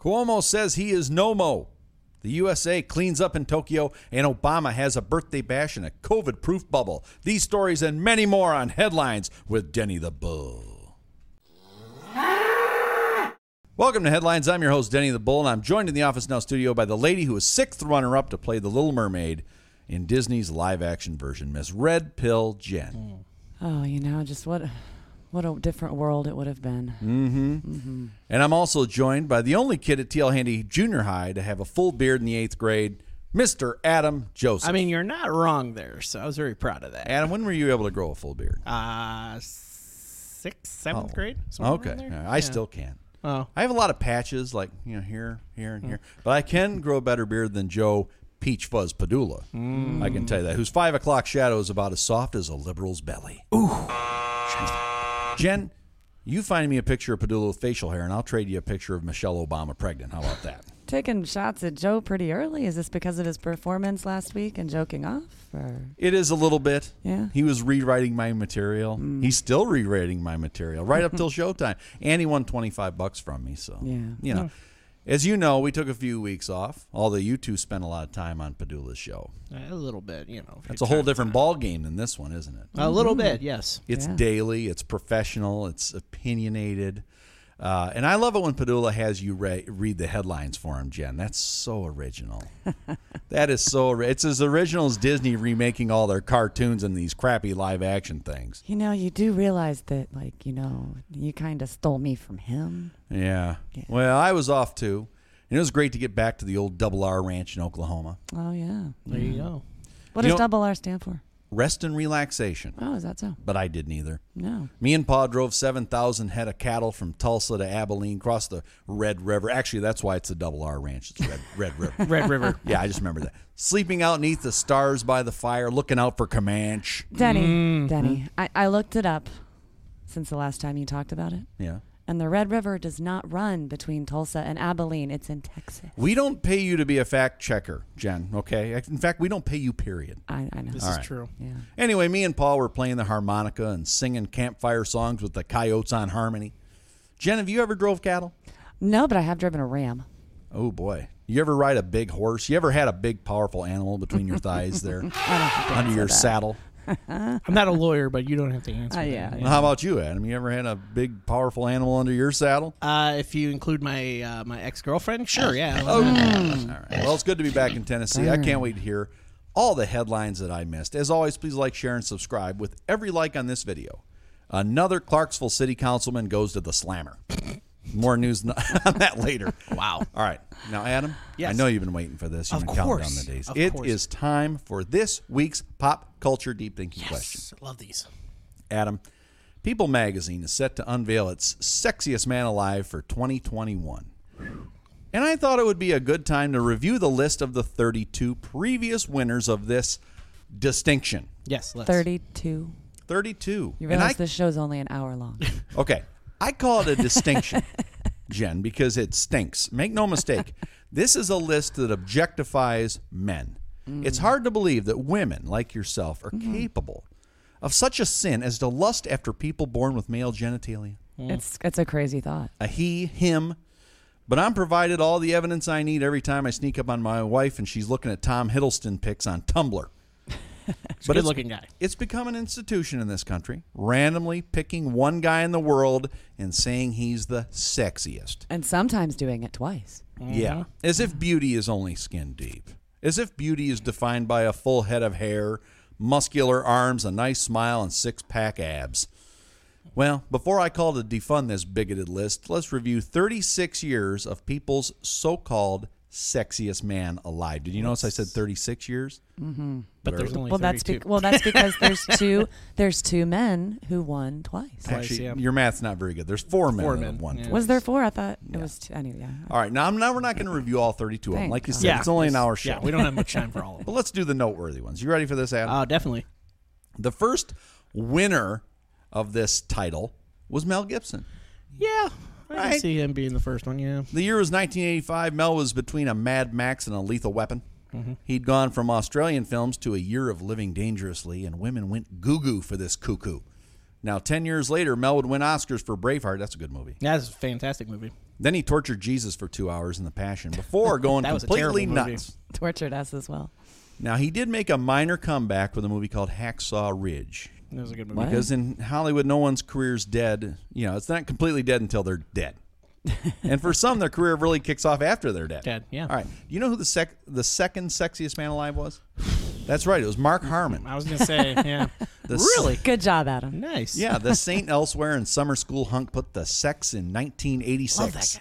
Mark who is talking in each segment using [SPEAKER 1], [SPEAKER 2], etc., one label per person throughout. [SPEAKER 1] Cuomo says he is no-mo. The USA cleans up in Tokyo, and Obama has a birthday bash in a COVID proof bubble. These stories and many more on Headlines with Denny the Bull. Welcome to Headlines. I'm your host, Denny the Bull, and I'm joined in the Office Now studio by the lady who was sixth runner up to play the Little Mermaid in Disney's live action version, Miss Red Pill Jen.
[SPEAKER 2] Oh, you know, just what what a different world it would have been.
[SPEAKER 1] And I'm also joined by the only kid at TL Handy Junior High to have a full beard in the eighth grade, Mr. Adam Joseph.
[SPEAKER 3] I mean, you're not wrong there, so I was very proud of that.
[SPEAKER 1] Adam, when were you able to grow a full beard?
[SPEAKER 3] Uh, sixth, seventh
[SPEAKER 1] Oh.
[SPEAKER 3] grade. somewhere
[SPEAKER 1] Okay,
[SPEAKER 3] around there?
[SPEAKER 1] All right. I still can.
[SPEAKER 3] Oh. Hmm.
[SPEAKER 1] I have a lot of patches, like you know, here, here, and here. But I can grow a better beard than Joe Peach Fuzz Padula.
[SPEAKER 3] Hmm.
[SPEAKER 1] I can tell you that. Whose five o'clock shadow is about as soft as a liberal's belly. Ooh, Jen, you find me a picture of Padula with facial hair, and I'll trade you a picture of Michelle Obama pregnant. How about that?
[SPEAKER 2] Taking shots at Joe pretty early. Is this because of his performance last week and joking off? Or
[SPEAKER 1] It is a little bit.
[SPEAKER 2] Yeah. Mm.
[SPEAKER 1] He was rewriting my material. He's still rewriting my material right up till showtime. And he won 25 bucks from me, so.
[SPEAKER 2] Yeah.
[SPEAKER 1] You know. As you know, we took a few weeks off, although you two spent a lot of time on Padula's show.
[SPEAKER 3] A little bit, you know. if
[SPEAKER 1] That's a
[SPEAKER 3] you're
[SPEAKER 1] whole
[SPEAKER 3] trying-
[SPEAKER 1] different Mm-hmm. ball game than this one, isn't it?
[SPEAKER 3] A little bit, yes.
[SPEAKER 1] It's
[SPEAKER 2] Yeah.
[SPEAKER 1] daily, it's professional, it's opinionated. Uh, and I love it when Padula has you re- read the headlines for him, Jen. That's so original. that is so. Ori- it's as original as Disney remaking all their cartoons and these crappy live action things.
[SPEAKER 2] you know, you do realize that, like, you know, you kind of stole me from him.
[SPEAKER 1] Yeah. Well, I was off too, and it was great to get back to the old Double R Ranch in Oklahoma.
[SPEAKER 2] Oh yeah.
[SPEAKER 3] There
[SPEAKER 1] Mm-hmm.
[SPEAKER 3] you go.
[SPEAKER 2] What
[SPEAKER 1] You
[SPEAKER 2] does
[SPEAKER 1] know-
[SPEAKER 2] double R stand for?
[SPEAKER 1] Rest and relaxation,
[SPEAKER 2] Oh, is that so?
[SPEAKER 1] but I didn't either.
[SPEAKER 2] No.
[SPEAKER 1] Me and Pa drove 7,000 head of cattle from Tulsa to Abilene, crossed the Red River. Actually, that's why it's a double R ranch. It's Red, Red River.
[SPEAKER 3] Red River.
[SPEAKER 1] Yeah, I just remember that. Sleeping out neath the stars by the fire, looking out for Comanche.
[SPEAKER 2] Denny, Denny, I, I looked it up since the last time you talked about it.
[SPEAKER 1] Yeah.
[SPEAKER 2] And the Red River does not run between Tulsa and Abilene. It's in Texas.
[SPEAKER 1] We don't pay you to be a fact checker, Jen, okay? In fact, we don't pay you, period.
[SPEAKER 2] I, I know.
[SPEAKER 3] This is true.
[SPEAKER 2] Yeah.
[SPEAKER 1] Anyway, me and Paul were playing the harmonica and singing campfire songs with the Coyotes on Harmony. Jen, have you ever drove cattle?
[SPEAKER 2] No, but I have driven a ram.
[SPEAKER 1] Oh boy. You ever ride a big horse? You ever had a big powerful animal between your thighs there under your saddle?
[SPEAKER 3] I'm not a lawyer, but you don't have to answer.
[SPEAKER 2] Uh,
[SPEAKER 3] that.
[SPEAKER 2] yeah.
[SPEAKER 1] Well, How about you, Adam? You ever had a big powerful animal under your saddle?
[SPEAKER 3] Uh, if you include my uh, my ex girlfriend, sure, yeah.
[SPEAKER 1] Oh,
[SPEAKER 3] Hmm.
[SPEAKER 1] all right. Well, it's good to be back in Tennessee. I can't wait to hear all the headlines that I missed. As always, please like, share, and subscribe with every like on this video. Another Clarksville City Councilman goes to the slammer. More news on that later.
[SPEAKER 3] Wow.
[SPEAKER 1] All right. Now, Adam, I
[SPEAKER 3] Yes.
[SPEAKER 1] know you've been waiting for this. You've
[SPEAKER 3] Of
[SPEAKER 1] been counting down
[SPEAKER 3] course.
[SPEAKER 1] the days.
[SPEAKER 3] Of
[SPEAKER 1] It is
[SPEAKER 3] course.
[SPEAKER 1] time for this week's pop culture deep thinking question.
[SPEAKER 3] Love these.
[SPEAKER 1] Adam, People magazine is set to unveil its sexiest man alive for 2021. And I thought it would be a good time to review the list of the 32 previous winners of this distinction.
[SPEAKER 3] Yes, let's.
[SPEAKER 2] 32.
[SPEAKER 1] 32.
[SPEAKER 2] You
[SPEAKER 1] And
[SPEAKER 2] realize
[SPEAKER 1] I-
[SPEAKER 2] this show's only an hour long.
[SPEAKER 1] Okay. I call it a distinction, Jen, because it stinks. Make no mistake. This is a list that objectifies men.
[SPEAKER 2] Mm.
[SPEAKER 1] It's hard to believe that women like yourself are
[SPEAKER 2] Mm-hmm.
[SPEAKER 1] capable of such a sin as to lust after people born with male genitalia.
[SPEAKER 2] It's
[SPEAKER 1] Mm.
[SPEAKER 2] it's a crazy thought.
[SPEAKER 1] A he, him. But I'm provided all the evidence I need every time I sneak up on my wife and she's looking at Tom Hiddleston pics on Tumblr.
[SPEAKER 3] but good looking guy.
[SPEAKER 1] It's become an institution in this country, randomly picking one guy in the world and saying he's the sexiest.
[SPEAKER 2] And sometimes doing it twice.
[SPEAKER 1] Yeah. Mm-hmm. As if beauty is only skin deep. As if beauty is defined by a full head of hair, muscular arms, a nice smile, and six pack abs. Well, before I call to defund this bigoted list, let's review 36 years of people's so called sexiest man alive. Did you notice I said 36 years?
[SPEAKER 3] But there's only
[SPEAKER 2] Well, that's be-
[SPEAKER 3] 32.
[SPEAKER 2] well, that's because there's two there's two men who won twice.
[SPEAKER 3] Twice,
[SPEAKER 1] Actually,
[SPEAKER 3] yeah.
[SPEAKER 1] your math's not very good. There's four men.
[SPEAKER 3] Four
[SPEAKER 1] that
[SPEAKER 3] men,
[SPEAKER 1] have won
[SPEAKER 3] yeah.
[SPEAKER 2] Was there four? I thought it was two. Anyway, yeah.
[SPEAKER 1] All right, now, I'm- now we're not going to review all 32 of them.
[SPEAKER 2] Thank
[SPEAKER 1] Like you
[SPEAKER 2] God.
[SPEAKER 1] said, it's only an hour show.
[SPEAKER 3] Yeah, we don't have much time for all of
[SPEAKER 1] but
[SPEAKER 3] them.
[SPEAKER 1] let's do the noteworthy ones. You ready for this, Adam?
[SPEAKER 3] Oh, definitely.
[SPEAKER 1] the first winner of this title was Mel Gibson.
[SPEAKER 3] Yeah, I
[SPEAKER 1] Right.
[SPEAKER 3] can see him being the first one. Yeah.
[SPEAKER 1] The year was 1985. Mel was between a Mad Max and a Lethal Weapon.
[SPEAKER 3] Mm-hmm.
[SPEAKER 1] He'd gone from Australian films to a year of living dangerously, and women went goo goo for this cuckoo. Now, 10 years later, Mel would win Oscars for Braveheart. That's a good movie.
[SPEAKER 3] That's a fantastic movie.
[SPEAKER 1] Then he tortured Jesus for two hours in the Passion before going
[SPEAKER 3] That was a
[SPEAKER 1] completely
[SPEAKER 3] terrible movie.
[SPEAKER 1] nuts.
[SPEAKER 2] Tortured us as well.
[SPEAKER 1] Now he did make a minor comeback with a movie called Hacksaw Ridge.
[SPEAKER 3] That was a good movie.
[SPEAKER 2] What?
[SPEAKER 1] Because in Hollywood, no one's career's dead. You know, it's not completely dead until they're dead. and for some, their career really kicks off after they're dead.
[SPEAKER 3] Dead, yeah.
[SPEAKER 1] All right. You know who the sec- the second sexiest man alive was? That's right. It was Mark Harmon.
[SPEAKER 3] I was gonna say, yeah,
[SPEAKER 1] The s-
[SPEAKER 3] really
[SPEAKER 2] Good job, Adam.
[SPEAKER 3] nice.
[SPEAKER 1] Yeah, the Saint Elsewhere and Summer School Hunk put the sex in 1986.
[SPEAKER 3] love that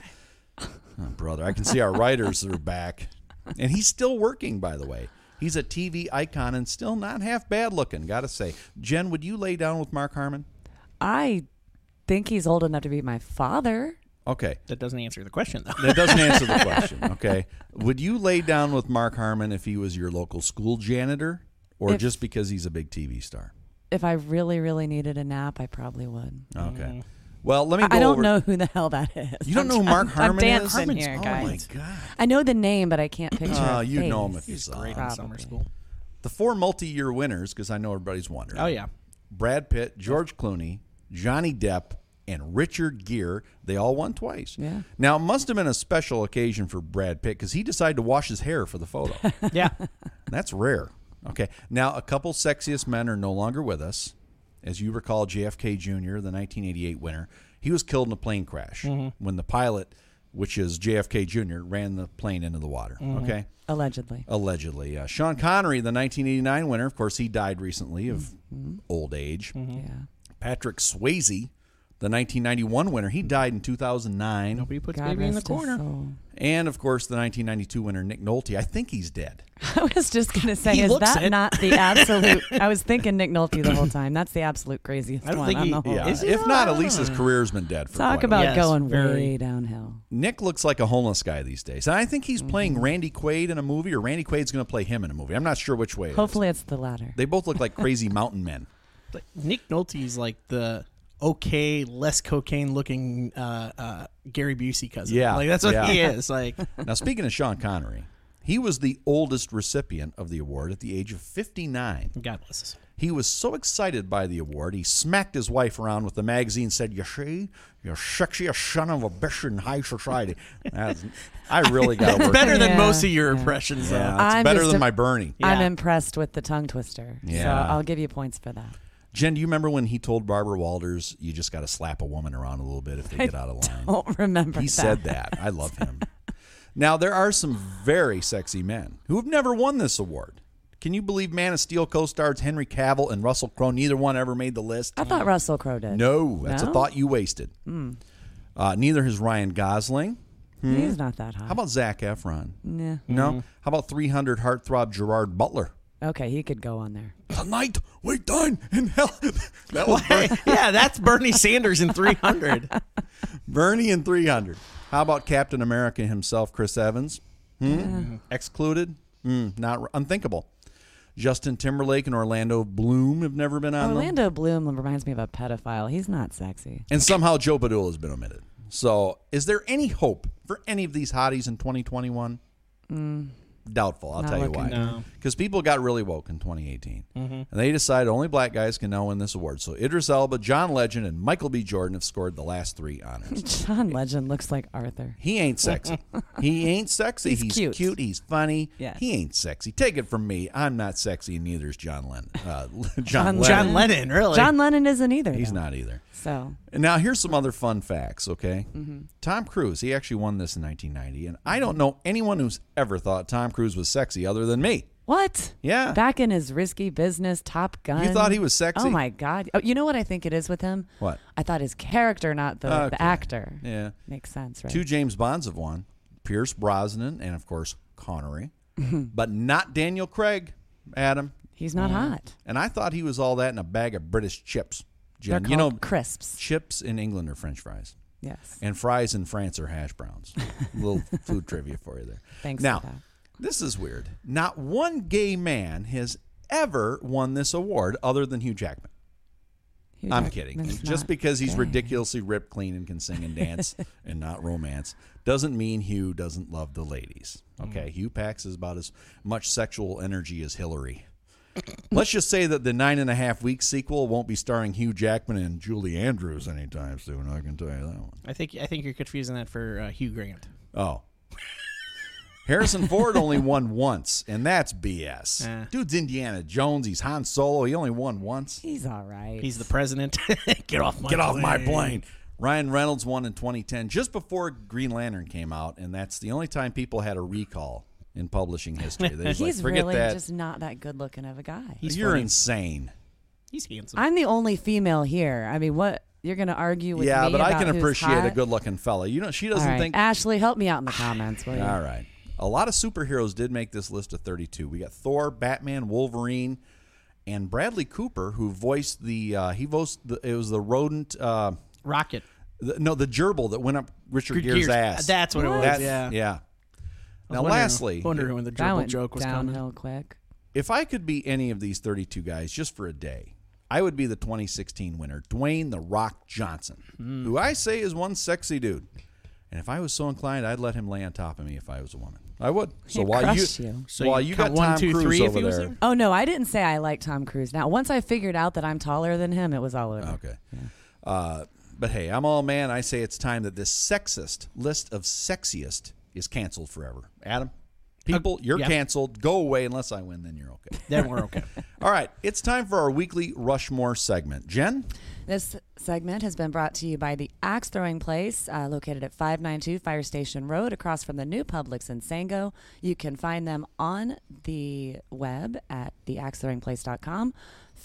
[SPEAKER 3] guy.
[SPEAKER 1] Oh, brother, I can see our writers are back. And he's still working, by the way. He's a TV icon and still not half bad looking, gotta say. Jen, would you lay down with Mark Harmon?
[SPEAKER 2] I think he's old enough to be my father.
[SPEAKER 1] Okay.
[SPEAKER 3] That doesn't answer the question though.
[SPEAKER 1] That doesn't answer the question, okay? Would you lay down with Mark Harmon if he was your local school janitor or
[SPEAKER 2] If-
[SPEAKER 1] just because he's a big TV star?
[SPEAKER 2] If I really, really needed a nap, I probably would.
[SPEAKER 1] Okay. Well, let me
[SPEAKER 2] Mm. I,
[SPEAKER 1] go
[SPEAKER 2] I don't
[SPEAKER 1] over-
[SPEAKER 2] know who the hell that is.
[SPEAKER 1] You don't
[SPEAKER 2] I'm-
[SPEAKER 1] know who Mark
[SPEAKER 2] I'm,
[SPEAKER 1] Harmon
[SPEAKER 2] I'm
[SPEAKER 1] is?
[SPEAKER 2] dancing
[SPEAKER 3] Harmon's-
[SPEAKER 2] here,
[SPEAKER 3] oh
[SPEAKER 1] Oh my
[SPEAKER 2] guys.
[SPEAKER 1] god.
[SPEAKER 2] I know the name, but I can't picture.
[SPEAKER 1] Uh,
[SPEAKER 2] a
[SPEAKER 1] you know him
[SPEAKER 2] face.
[SPEAKER 1] if you saw
[SPEAKER 3] Great
[SPEAKER 1] him.
[SPEAKER 3] in summer
[SPEAKER 2] Probably.
[SPEAKER 3] school.
[SPEAKER 1] The four multi-year winners, because I know everybody's wondering.
[SPEAKER 3] Oh yeah,
[SPEAKER 1] Brad Pitt, George Clooney, Johnny Depp, and Richard Gere. They all won twice.
[SPEAKER 2] Yeah.
[SPEAKER 1] Now it must have been a special occasion for Brad Pitt because he decided to wash his hair for the photo.
[SPEAKER 3] yeah.
[SPEAKER 1] That's rare. Okay. Now a couple sexiest men are no longer with us. As you recall, JFK Jr., the 1988 winner, he was killed in a plane crash when the pilot, which is JFK Jr., ran the plane into the water. Okay.
[SPEAKER 2] Allegedly.
[SPEAKER 1] Allegedly. Uh, Sean Connery, the 1989 winner, of course, he died recently of old age.
[SPEAKER 2] Yeah.
[SPEAKER 1] Patrick Swayze, the 1991 winner, he died in 2009.
[SPEAKER 3] Nobody puts
[SPEAKER 2] God
[SPEAKER 3] baby in the
[SPEAKER 2] rest his
[SPEAKER 3] corner.
[SPEAKER 2] soul.
[SPEAKER 1] And, of course, the 1992 winner, Nick Nolte. I think he's dead.
[SPEAKER 2] I was just gonna say,
[SPEAKER 3] He
[SPEAKER 2] is
[SPEAKER 3] looks
[SPEAKER 2] that
[SPEAKER 3] it.
[SPEAKER 2] not the absolute? I was thinking Nick Nolte the whole time. That's the absolute craziest
[SPEAKER 3] I don't
[SPEAKER 2] one
[SPEAKER 3] think
[SPEAKER 2] on
[SPEAKER 3] he-
[SPEAKER 2] the whole.
[SPEAKER 3] yeah. Is he
[SPEAKER 1] if
[SPEAKER 3] though?
[SPEAKER 1] not,
[SPEAKER 3] I
[SPEAKER 1] at
[SPEAKER 3] don't
[SPEAKER 1] least his career's been dead for
[SPEAKER 2] Talk
[SPEAKER 1] quite a
[SPEAKER 2] about
[SPEAKER 3] Yes,
[SPEAKER 2] going
[SPEAKER 3] very.
[SPEAKER 2] way downhill.
[SPEAKER 1] while. Nick looks like a homeless guy these days. And I think he's playing Randy Quaid in a movie, or Randy Quaid's going to play him in a movie. I'm not sure which way. it is.
[SPEAKER 2] Hopefully, it's the latter.
[SPEAKER 1] They both look like crazy mountain men.
[SPEAKER 3] But Nick Nolte's like the okay, less cocaine looking uh, uh, Gary Busey cousin.
[SPEAKER 1] Yeah,
[SPEAKER 3] like that's what
[SPEAKER 1] yeah.
[SPEAKER 3] he is. Like
[SPEAKER 1] Now, speaking of Sean Connery, he was the oldest recipient of the award at the age of 59.
[SPEAKER 3] God bless us.
[SPEAKER 1] He was so excited by the award, he smacked his wife around with the magazine and said, You see, you're sexiest son of a bitch in high society. That's, I really got to
[SPEAKER 3] It's
[SPEAKER 1] work.
[SPEAKER 3] better than
[SPEAKER 2] Yeah,
[SPEAKER 3] most of your impressions. though.
[SPEAKER 1] Yeah, it's
[SPEAKER 2] I'm
[SPEAKER 1] better
[SPEAKER 2] just
[SPEAKER 1] than
[SPEAKER 2] a-
[SPEAKER 1] my Bernie.
[SPEAKER 2] I'm
[SPEAKER 3] Yeah.
[SPEAKER 2] impressed with the tongue twister.
[SPEAKER 1] Yeah.
[SPEAKER 2] So I'll give you points for that.
[SPEAKER 1] Jen, do you remember when he told Barbara Walters, You just got to slap a woman around a little bit if they get out of line?
[SPEAKER 2] Don't remember
[SPEAKER 1] He
[SPEAKER 2] that.
[SPEAKER 1] said that. I love him. Now, there are some very sexy men who have never won this award. Can you believe Man of Steel co stars Henry Cavill and Russell Crowe? Neither one ever made the list.
[SPEAKER 2] I thought Russell Crowe did.
[SPEAKER 1] No, that's a
[SPEAKER 2] No? Hmm.
[SPEAKER 1] thought you wasted. Uh, neither has Ryan Gosling.
[SPEAKER 2] He's not that hot.
[SPEAKER 1] How about Zach Efron?
[SPEAKER 2] Nah.
[SPEAKER 1] No. How about 300 heartthrob Gerard Butler?
[SPEAKER 2] Okay, he could go on there.
[SPEAKER 1] Tonight we dine in hell. that was Ber-
[SPEAKER 3] yeah, that's Bernie Sanders in 300.
[SPEAKER 1] Bernie in 300. How about Captain America himself, Chris Evans? Hmm? Excluded? Hmm, not unthinkable. Justin Timberlake and Orlando Bloom have never been on them.
[SPEAKER 2] Orlando Bloom reminds me of a pedophile. He's not sexy.
[SPEAKER 1] And somehow Joe Padula has been omitted. So, is there any hope for any of these hotties in 2021? Doubtful. I'll
[SPEAKER 2] Mm. Not
[SPEAKER 1] tell you
[SPEAKER 2] looking
[SPEAKER 1] why.
[SPEAKER 3] good.
[SPEAKER 1] Because people got really woke in 2018, and they decided only black guys can now win this award. So Idris Elba, John Legend, and Michael B. Jordan have scored the last three honors.
[SPEAKER 2] John Legend looks like Arthur.
[SPEAKER 1] He ain't sexy. he ain't sexy. He's,
[SPEAKER 2] He's
[SPEAKER 1] cute.
[SPEAKER 2] cute.
[SPEAKER 1] He's funny.
[SPEAKER 2] Yes.
[SPEAKER 1] He ain't sexy. Take it from me. I'm not sexy, and neither is John Lennon. Uh, John, Lennon.
[SPEAKER 3] John Lennon, really?
[SPEAKER 2] John Lennon isn't either.
[SPEAKER 1] He's
[SPEAKER 2] though.
[SPEAKER 1] not either.
[SPEAKER 2] So
[SPEAKER 1] And now here's some other fun facts, okay? Tom Cruise, he actually won this in 1990, and I don't know anyone who's ever thought Tom Cruise was sexy other than me.
[SPEAKER 2] what?
[SPEAKER 1] Yeah.
[SPEAKER 2] Back in his risky business, Top Gun.
[SPEAKER 1] thought he was sexy?
[SPEAKER 2] Oh my God! Oh, you know what I think it is with him?
[SPEAKER 1] What?
[SPEAKER 2] I thought his character, not the,
[SPEAKER 1] Okay.
[SPEAKER 2] the actor.
[SPEAKER 1] Yeah.
[SPEAKER 2] Makes sense, right?
[SPEAKER 1] Two James Bonds have won, Pierce Brosnan and of course Connery, but not Daniel Craig, Adam.
[SPEAKER 2] He's not hot.
[SPEAKER 1] And I thought he was all that in a bag of British chips.
[SPEAKER 2] They're
[SPEAKER 1] Jen,
[SPEAKER 2] called
[SPEAKER 1] you know
[SPEAKER 2] crisps.
[SPEAKER 1] chips in England are french fries.
[SPEAKER 2] Yes.
[SPEAKER 1] And fries in France are hash browns. little food trivia for you there.
[SPEAKER 2] Thanks for
[SPEAKER 1] Now,
[SPEAKER 2] that.
[SPEAKER 1] this is weird. Not one gay man has ever won this award other than Hugh Jackman.
[SPEAKER 2] Hugh
[SPEAKER 1] I'm
[SPEAKER 2] Jack-
[SPEAKER 1] kidding.
[SPEAKER 2] that's
[SPEAKER 1] Just
[SPEAKER 2] not-
[SPEAKER 1] because he's ridiculously ripped clean and can sing and dance and not romance doesn't mean Hugh
[SPEAKER 2] Mm.
[SPEAKER 1] doesn't love the ladies. Okay, Hugh packs is about as much sexual energy as Hillary. Let's just say that the nine and a half week sequel won't be starring Hugh Jackman and Julie Andrews anytime soon. I can tell you that one.
[SPEAKER 3] I think I think you're confusing that for uh, Hugh Grant.
[SPEAKER 1] Oh. Harrison Ford only won once, and that's BS.
[SPEAKER 3] Eh.
[SPEAKER 1] Dude's Indiana Jones. He's Han Solo. He only won once.
[SPEAKER 2] He's all right.
[SPEAKER 3] He's the president. Get off my
[SPEAKER 1] Get off my
[SPEAKER 3] plane.
[SPEAKER 1] plane. Ryan Reynolds won in 2010, just before Green Lantern came out, and that's the only time people had a recall in publishing history. They was
[SPEAKER 2] He's
[SPEAKER 1] like, forget
[SPEAKER 2] really
[SPEAKER 1] that.
[SPEAKER 2] just not that good looking of a guy.
[SPEAKER 3] He's
[SPEAKER 1] You're
[SPEAKER 3] funny.
[SPEAKER 1] insane.
[SPEAKER 3] He's handsome.
[SPEAKER 2] I'm the only female here. I mean, what you're gonna argue with
[SPEAKER 1] yeah,
[SPEAKER 2] me
[SPEAKER 1] but I
[SPEAKER 2] about
[SPEAKER 1] can
[SPEAKER 2] who's
[SPEAKER 1] appreciate a
[SPEAKER 2] hot?
[SPEAKER 1] good looking fella. You know, she
[SPEAKER 2] All
[SPEAKER 1] doesn't
[SPEAKER 2] right.
[SPEAKER 1] think.
[SPEAKER 2] Ashley, help me out in the comments, will you?
[SPEAKER 1] All right. A lot of superheroes did make this list of 32. We got Thor, Batman, Wolverine, and Bradley Cooper, who voiced the uh, he voiced the, it was the rodent. Uh,
[SPEAKER 3] Rocket.
[SPEAKER 1] the, no, the gerbil that went up Richard
[SPEAKER 3] Good
[SPEAKER 1] Gere's
[SPEAKER 3] gears.
[SPEAKER 1] ass.
[SPEAKER 3] That's what it was.
[SPEAKER 1] That's-
[SPEAKER 3] yeah.
[SPEAKER 1] yeah.
[SPEAKER 3] I was
[SPEAKER 1] Now,
[SPEAKER 3] wondering-
[SPEAKER 1] lastly,
[SPEAKER 3] wondering when the
[SPEAKER 2] That
[SPEAKER 3] gerbil
[SPEAKER 2] went
[SPEAKER 3] joke was
[SPEAKER 2] downhill
[SPEAKER 3] coming.
[SPEAKER 2] quick.
[SPEAKER 1] if I could be any of these 32 guys just for a day, I would be the 2016 winner, Dwayne The Rock Johnson,
[SPEAKER 3] Hmm.
[SPEAKER 1] who I say is one sexy dude. And if I was so inclined, I'd let him lay on top of me if I was a woman. I would. So
[SPEAKER 2] He'd
[SPEAKER 1] while you,
[SPEAKER 2] crush you.
[SPEAKER 1] so while you got
[SPEAKER 3] count one,
[SPEAKER 1] Tom
[SPEAKER 3] two,
[SPEAKER 1] Cruise
[SPEAKER 3] three if
[SPEAKER 1] over
[SPEAKER 3] he was
[SPEAKER 1] there.
[SPEAKER 2] Oh no, I didn't say I like Tom Cruise. Now, once I figured out that I'm taller than him, it was all over.
[SPEAKER 1] Okay. Uh, but hey, I'm all man. I say it's time that this sexist list of sexiest is canceled forever. Adam, people, you're
[SPEAKER 3] Uh, yeah.
[SPEAKER 1] canceled. Go away unless I win, then you're okay.
[SPEAKER 3] Then we're okay.
[SPEAKER 1] all right. It's time for our weekly Rushmore segment. Jen?
[SPEAKER 2] This segment has been brought to you by the Axe Throwing Place, uh, located at 592 Fire Station Road, across from the new Publix in Sango. You can find them on the web at theaxethrowingplace.com.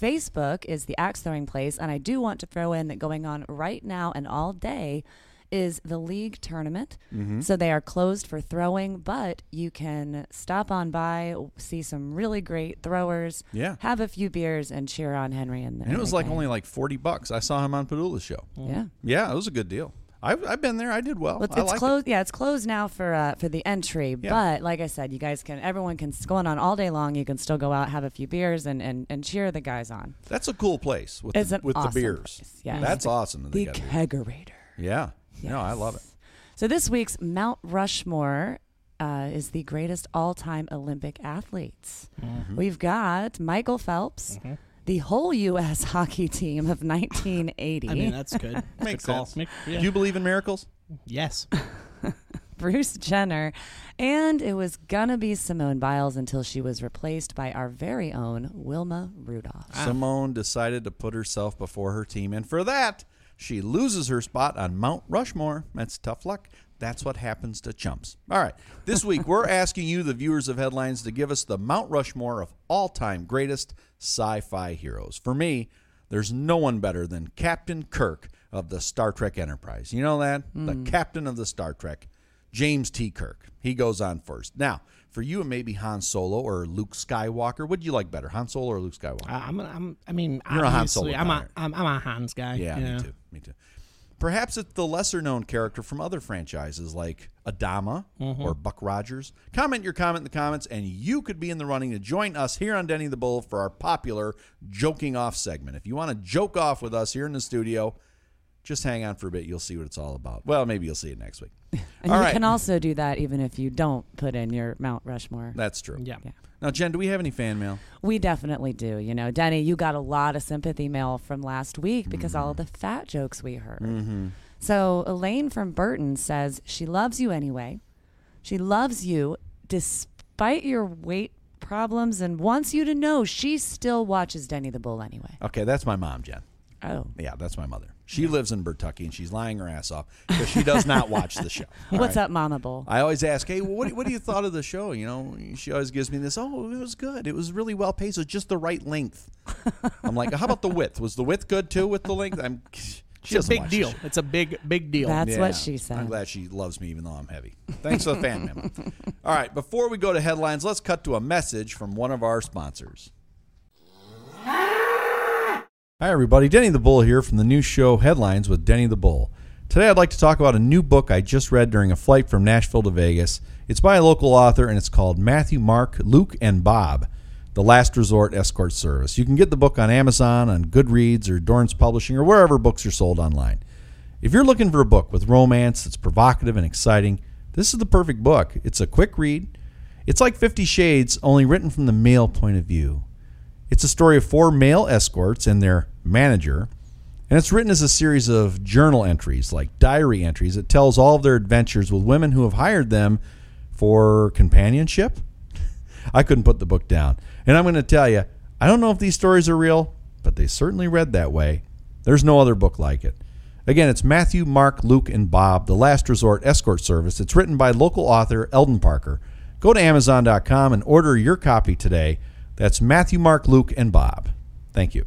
[SPEAKER 2] Facebook is the Axe Throwing Place, and I do want to throw in that going on right now and all day is the league tournament.
[SPEAKER 1] Mm-hmm.
[SPEAKER 2] So they are closed for throwing, but you can stop on by, see some really great throwers,
[SPEAKER 1] Yeah.
[SPEAKER 2] have a few beers, and cheer on Henry. And,
[SPEAKER 1] And it was
[SPEAKER 2] their
[SPEAKER 1] like
[SPEAKER 2] gang.
[SPEAKER 1] only like 40 bucks. I saw him on Padula's show.
[SPEAKER 2] yeah.
[SPEAKER 1] Yeah, it was a good deal. I've, I've been there. I did well.
[SPEAKER 2] Well, it's,
[SPEAKER 1] I
[SPEAKER 2] it's
[SPEAKER 1] like
[SPEAKER 2] closed. Yeah, it's closed now for uh, for the entry.
[SPEAKER 1] Yeah.
[SPEAKER 2] But like I said, you guys can everyone can it's going on all day long. You can still go out, have a few beers, and and, and cheer the guys on.
[SPEAKER 1] It. That's a cool place with,
[SPEAKER 2] It's
[SPEAKER 1] the,
[SPEAKER 2] an
[SPEAKER 1] with
[SPEAKER 2] awesome
[SPEAKER 1] the beers.
[SPEAKER 2] place, yes.
[SPEAKER 1] That's awesome. That they
[SPEAKER 2] the
[SPEAKER 1] got beer.
[SPEAKER 2] kegerator.
[SPEAKER 1] Yeah. No, I love it.
[SPEAKER 2] So this week's Mount Rushmore uh, is the greatest all-time Olympic athletes.
[SPEAKER 1] Mm-hmm.
[SPEAKER 2] We've got Michael Phelps, the whole U.S. hockey team of 1980.
[SPEAKER 3] I mean,
[SPEAKER 1] uh
[SPEAKER 3] that's good.
[SPEAKER 1] Makes
[SPEAKER 3] good call.
[SPEAKER 1] sense.
[SPEAKER 3] Make- yeah.
[SPEAKER 1] Do you believe in miracles?
[SPEAKER 3] yes.
[SPEAKER 2] Bruce Jenner, and it was gonna be Simone Biles until she was replaced by our very own Wilma Rudolph.
[SPEAKER 1] Simone decided to put herself before her team, and for that, she loses her spot on Mount Rushmore. That's tough luck. That's what happens to chumps. All right. This week, we're asking you, the viewers of headlines, to give us the Mount Rushmore of all time greatest sci fi heroes. For me, there's no one better than Captain Kirk of the Star Trek Enterprise. You know that? The captain of the Star Trek. James T. Kirk. He goes on first. Now, for you, it may be Han Solo or Luke Skywalker. What do you like better, Han Solo or Luke Skywalker?
[SPEAKER 3] I, I'm, a, I'm. I mean,
[SPEAKER 1] You're a Han
[SPEAKER 3] obviously,
[SPEAKER 1] Solo
[SPEAKER 3] I'm
[SPEAKER 1] guy.
[SPEAKER 3] a. I'm, I'm a Hans guy.
[SPEAKER 1] Yeah,
[SPEAKER 3] you
[SPEAKER 1] me
[SPEAKER 3] know?
[SPEAKER 1] too. Me too. Perhaps it's the lesser known character from other franchises like Adama or Buck Rogers. Comment your comment in the comments, and you could be in the running to join us here on Denny the Bull for our popular joking off segment. If you want to joke off with us here in the studio, just hang on for a bit. You'll see what it's all about. Well, maybe you'll see it next week.
[SPEAKER 2] And
[SPEAKER 1] all
[SPEAKER 2] you
[SPEAKER 1] right.
[SPEAKER 2] can also do that even if you don't put in your Mount Rushmore.
[SPEAKER 1] That's true.
[SPEAKER 3] Yeah.
[SPEAKER 2] Yeah.
[SPEAKER 1] Now, Jen, do we have any fan mail?
[SPEAKER 2] We definitely do. You know, Denny, you got a lot of sympathy mail from last week because all
[SPEAKER 1] Mm-hmm.
[SPEAKER 2] of the fat jokes we heard. So Elaine from Burton says she loves you anyway. She loves you despite your weight problems and wants you to know she still watches Denny the Bull anyway.
[SPEAKER 1] Okay, that's my mom, Jen.
[SPEAKER 2] Oh.
[SPEAKER 1] Yeah, that's my mother. She lives in Bertucky, and she's lying her ass off because she does not watch the show. All
[SPEAKER 2] What's
[SPEAKER 1] right?
[SPEAKER 2] up, Mama Bull?
[SPEAKER 1] I always ask, hey, what, what do you thought of the show? You know, she always gives me this, oh, it was good. It was really well paced. It was just the right length. I'm like, how about the width? Was the width good too with the length? I'm. She
[SPEAKER 3] It's a
[SPEAKER 1] doesn't
[SPEAKER 3] big
[SPEAKER 1] watch the
[SPEAKER 3] deal.
[SPEAKER 1] show.
[SPEAKER 3] It's a big, big deal.
[SPEAKER 2] That's
[SPEAKER 1] Yeah.
[SPEAKER 2] what she said.
[SPEAKER 1] I'm glad she loves me even though I'm heavy. Thanks for the fan memo. All right, before we go to headlines, let's cut to a message from one of our sponsors. Hi, everybody. Denny the Bull here from the new show Headlines with Denny the Bull. Today, I'd like to talk about a new book I just read during a flight from Nashville to Vegas. It's by a local author and it's called Matthew, Mark, Luke, and Bob The Last Resort Escort Service. You can get the book on Amazon, on Goodreads, or Dorrance Publishing, or wherever books are sold online. If you're looking for a book with romance that's provocative and exciting, this is the perfect book. It's a quick read. It's like Fifty Shades, only written from the male point of view. It's a story of four male escorts and their manager, and it's written as a series of journal entries, like diary entries. It tells all of their adventures with women who have hired them for companionship. I couldn't put the book down. And I'm going to tell you, I don't know if these stories are real, but they certainly read that way. There's no other book like it. Again, it's Matthew, Mark, Luke, and Bob, The Last Resort Escort Service. It's written by local author Eldon Parker. Go to Amazon.com and order your copy today. That's Matthew, Mark, Luke, and Bob. Thank you.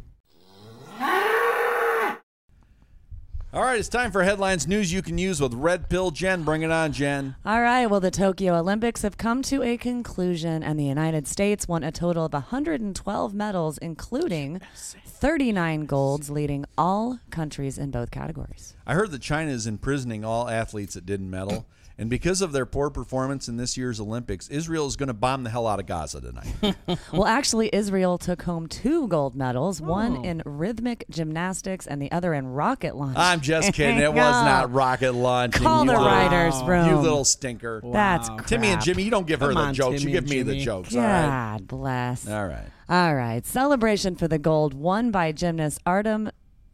[SPEAKER 1] All right, it's time for headlines news you can use with Red Pill Jen. Bring it on, Jen.
[SPEAKER 2] All right, well, the Tokyo Olympics have come to a conclusion, and the United States won a total of 112 medals, including 39 golds, leading all countries in both categories.
[SPEAKER 1] I heard that China is imprisoning all athletes that didn't medal. And because of their poor performance in this year's Olympics, Israel is going to bomb the hell out of Gaza tonight.
[SPEAKER 2] Well, actually, Israel took home two gold medals one in rhythmic gymnastics and the other in rocket launch.
[SPEAKER 1] I'm just kidding. It was not rocket launch.
[SPEAKER 2] Call the writer's room.
[SPEAKER 1] You little stinker.
[SPEAKER 2] That's crap.
[SPEAKER 1] Timmy and Jimmy, you don't give her
[SPEAKER 3] Come
[SPEAKER 1] the
[SPEAKER 3] on,
[SPEAKER 1] jokes.
[SPEAKER 3] Timmy
[SPEAKER 1] you give
[SPEAKER 3] and
[SPEAKER 1] me the
[SPEAKER 3] Jimmy.
[SPEAKER 1] jokes. All
[SPEAKER 2] God bless.
[SPEAKER 1] right. All right.
[SPEAKER 2] All right, celebration for the gold won by gymnast Artem.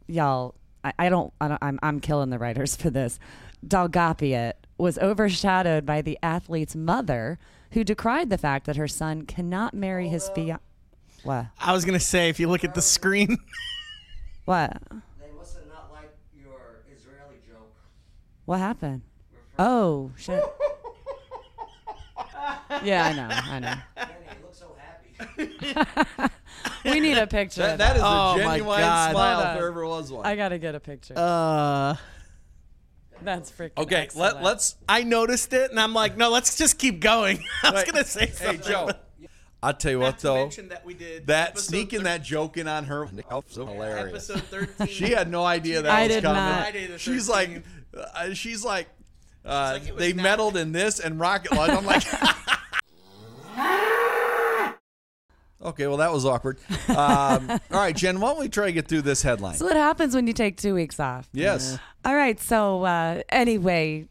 [SPEAKER 2] Y'all, I, I don't, I don't I'm, I'm killing the writers for this. Dalgapiat was overshadowed by the athlete's mother, who decried the fact that her son cannot marry his fiance. What?
[SPEAKER 3] I was gonna say if you look at the screen,
[SPEAKER 2] What?
[SPEAKER 4] They must have not liked your Israeli joke.
[SPEAKER 2] What happened? Oh shit. Yeah, I know. I know.
[SPEAKER 4] Danny, you look so happy.
[SPEAKER 2] We need a picture.
[SPEAKER 1] That,
[SPEAKER 2] of
[SPEAKER 1] that is
[SPEAKER 3] Oh,
[SPEAKER 1] a
[SPEAKER 3] my
[SPEAKER 1] genuine
[SPEAKER 3] God.
[SPEAKER 1] smile if
[SPEAKER 2] Hold
[SPEAKER 1] there
[SPEAKER 2] on.
[SPEAKER 1] ever was one.
[SPEAKER 2] I gotta get a picture.
[SPEAKER 3] uh,
[SPEAKER 2] That's freaking.
[SPEAKER 1] okay, let,
[SPEAKER 2] excellent.
[SPEAKER 1] let's.
[SPEAKER 3] I noticed it and I'm like, no, let's just keep going. I was
[SPEAKER 1] wait.
[SPEAKER 3] gonna say
[SPEAKER 1] Hey,
[SPEAKER 3] something.
[SPEAKER 1] Joe.
[SPEAKER 3] but-
[SPEAKER 1] I'll tell you
[SPEAKER 3] Not
[SPEAKER 1] what,
[SPEAKER 3] to
[SPEAKER 1] though.
[SPEAKER 3] mention that we did
[SPEAKER 1] That
[SPEAKER 3] episode
[SPEAKER 1] sneaking
[SPEAKER 3] thir-
[SPEAKER 1] that joke in on her. Oh, so hilarious.
[SPEAKER 3] episode thirteen.
[SPEAKER 1] She had no idea that
[SPEAKER 2] I
[SPEAKER 1] was
[SPEAKER 2] did
[SPEAKER 1] coming.
[SPEAKER 2] not.
[SPEAKER 3] Friday the
[SPEAKER 1] She's
[SPEAKER 3] 13th.
[SPEAKER 1] like, uh, she's like, uh,
[SPEAKER 3] It's like it was
[SPEAKER 1] they
[SPEAKER 3] not-
[SPEAKER 1] meddled in this and rocket launch. I'm like, okay, well that was awkward. Um, all right, Jen, why don't we try to get through this headline?
[SPEAKER 2] That's what happens when you take two weeks off.
[SPEAKER 1] Yes,
[SPEAKER 2] All right. So uh, anyway,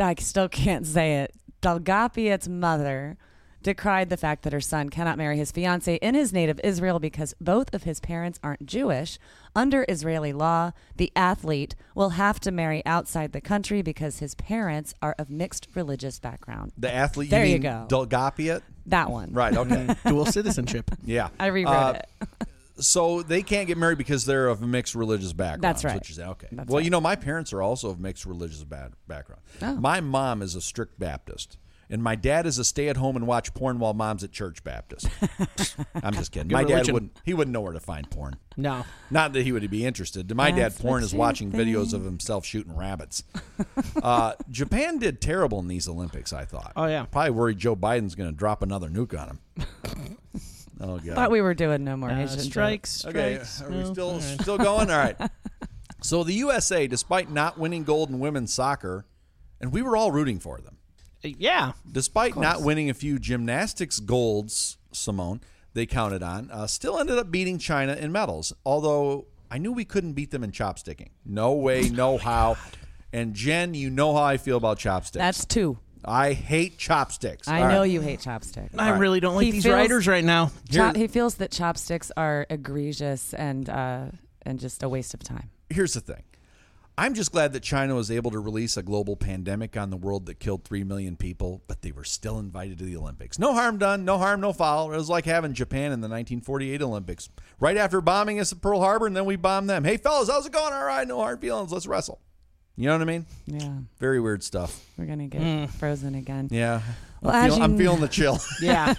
[SPEAKER 2] I still can't say it. Dalgapiat's mother decried the fact that her son cannot marry his fiance in his native Israel because both of his parents aren't Jewish. Under Israeli law, the athlete will have to marry outside the country because his parents are of mixed religious background.
[SPEAKER 1] the athlete.
[SPEAKER 2] There you
[SPEAKER 1] mean
[SPEAKER 2] go.
[SPEAKER 1] Dolgopiat?
[SPEAKER 2] That one.
[SPEAKER 1] Right. Okay.
[SPEAKER 3] dual citizenship.
[SPEAKER 1] Yeah.
[SPEAKER 2] I rewrote
[SPEAKER 1] Uh,
[SPEAKER 2] it.
[SPEAKER 1] So they can't get married because they're of mixed religious background.
[SPEAKER 2] That's
[SPEAKER 1] is what
[SPEAKER 2] right.
[SPEAKER 1] you're saying. okay.
[SPEAKER 2] That's
[SPEAKER 1] well,
[SPEAKER 2] right. Oh.
[SPEAKER 1] you know, my parents are also of mixed religious ba- background. My mom is a strict Baptist, and my dad is a stay at home and watch porn while mom's at church Baptist. I'm just kidding. my dad
[SPEAKER 3] religion.
[SPEAKER 1] wouldn't. He wouldn't know where to find porn.
[SPEAKER 3] No.
[SPEAKER 1] Not that he would be interested. To my
[SPEAKER 2] That's
[SPEAKER 1] dad, porn
[SPEAKER 2] what
[SPEAKER 1] is
[SPEAKER 2] she
[SPEAKER 1] watching videos of himself shooting rabbits. uh, Japan did terrible in these Olympics. I thought.
[SPEAKER 3] Oh, yeah.
[SPEAKER 1] Probably worried Joe Biden's going to drop another nuke on him. oh god.
[SPEAKER 2] Thought we were doing no
[SPEAKER 3] Uh,
[SPEAKER 2] more Asian jokes.
[SPEAKER 3] strikes.
[SPEAKER 1] Okay,
[SPEAKER 3] Strikes.
[SPEAKER 1] are we still still going? All right. So the USA, despite not winning gold in women's soccer, and we were all rooting for them,
[SPEAKER 3] Yeah.
[SPEAKER 1] despite not winning a few gymnastics golds, Simone, they counted on, uh, still ended up beating China in medals. Although I knew we couldn't beat them in chopsticking. No
[SPEAKER 2] Oh
[SPEAKER 1] way, no how. And Jen, you know how I feel about chopsticks.
[SPEAKER 2] That's two.
[SPEAKER 1] I hate chopsticks.
[SPEAKER 2] I
[SPEAKER 1] All right.
[SPEAKER 2] know you hate chopsticks.
[SPEAKER 3] I really don't like
[SPEAKER 2] He
[SPEAKER 3] these
[SPEAKER 2] feels-
[SPEAKER 3] writers right now.
[SPEAKER 2] Chop, he feels that chopsticks are egregious and uh, and just a waste of time.
[SPEAKER 1] here's the thing. I'm just glad that China was able to release a global pandemic on the world that killed 3 million people, but they were still invited to the Olympics. No harm done, no harm, no foul. It was like having Japan in the 1948 Olympics. Right after bombing us at Pearl Harbor, and then we bombed them. Hey, fellas, how's it going? All right, no hard feelings. Let's wrestle. You know what I mean?
[SPEAKER 2] Yeah,
[SPEAKER 1] Very weird stuff.
[SPEAKER 2] we're gonna get frozen again.
[SPEAKER 1] Yeah.
[SPEAKER 2] Well,
[SPEAKER 1] I'm,
[SPEAKER 2] as
[SPEAKER 1] feel-
[SPEAKER 2] you
[SPEAKER 1] I'm
[SPEAKER 2] kn-
[SPEAKER 1] feeling the chill.
[SPEAKER 3] Yeah.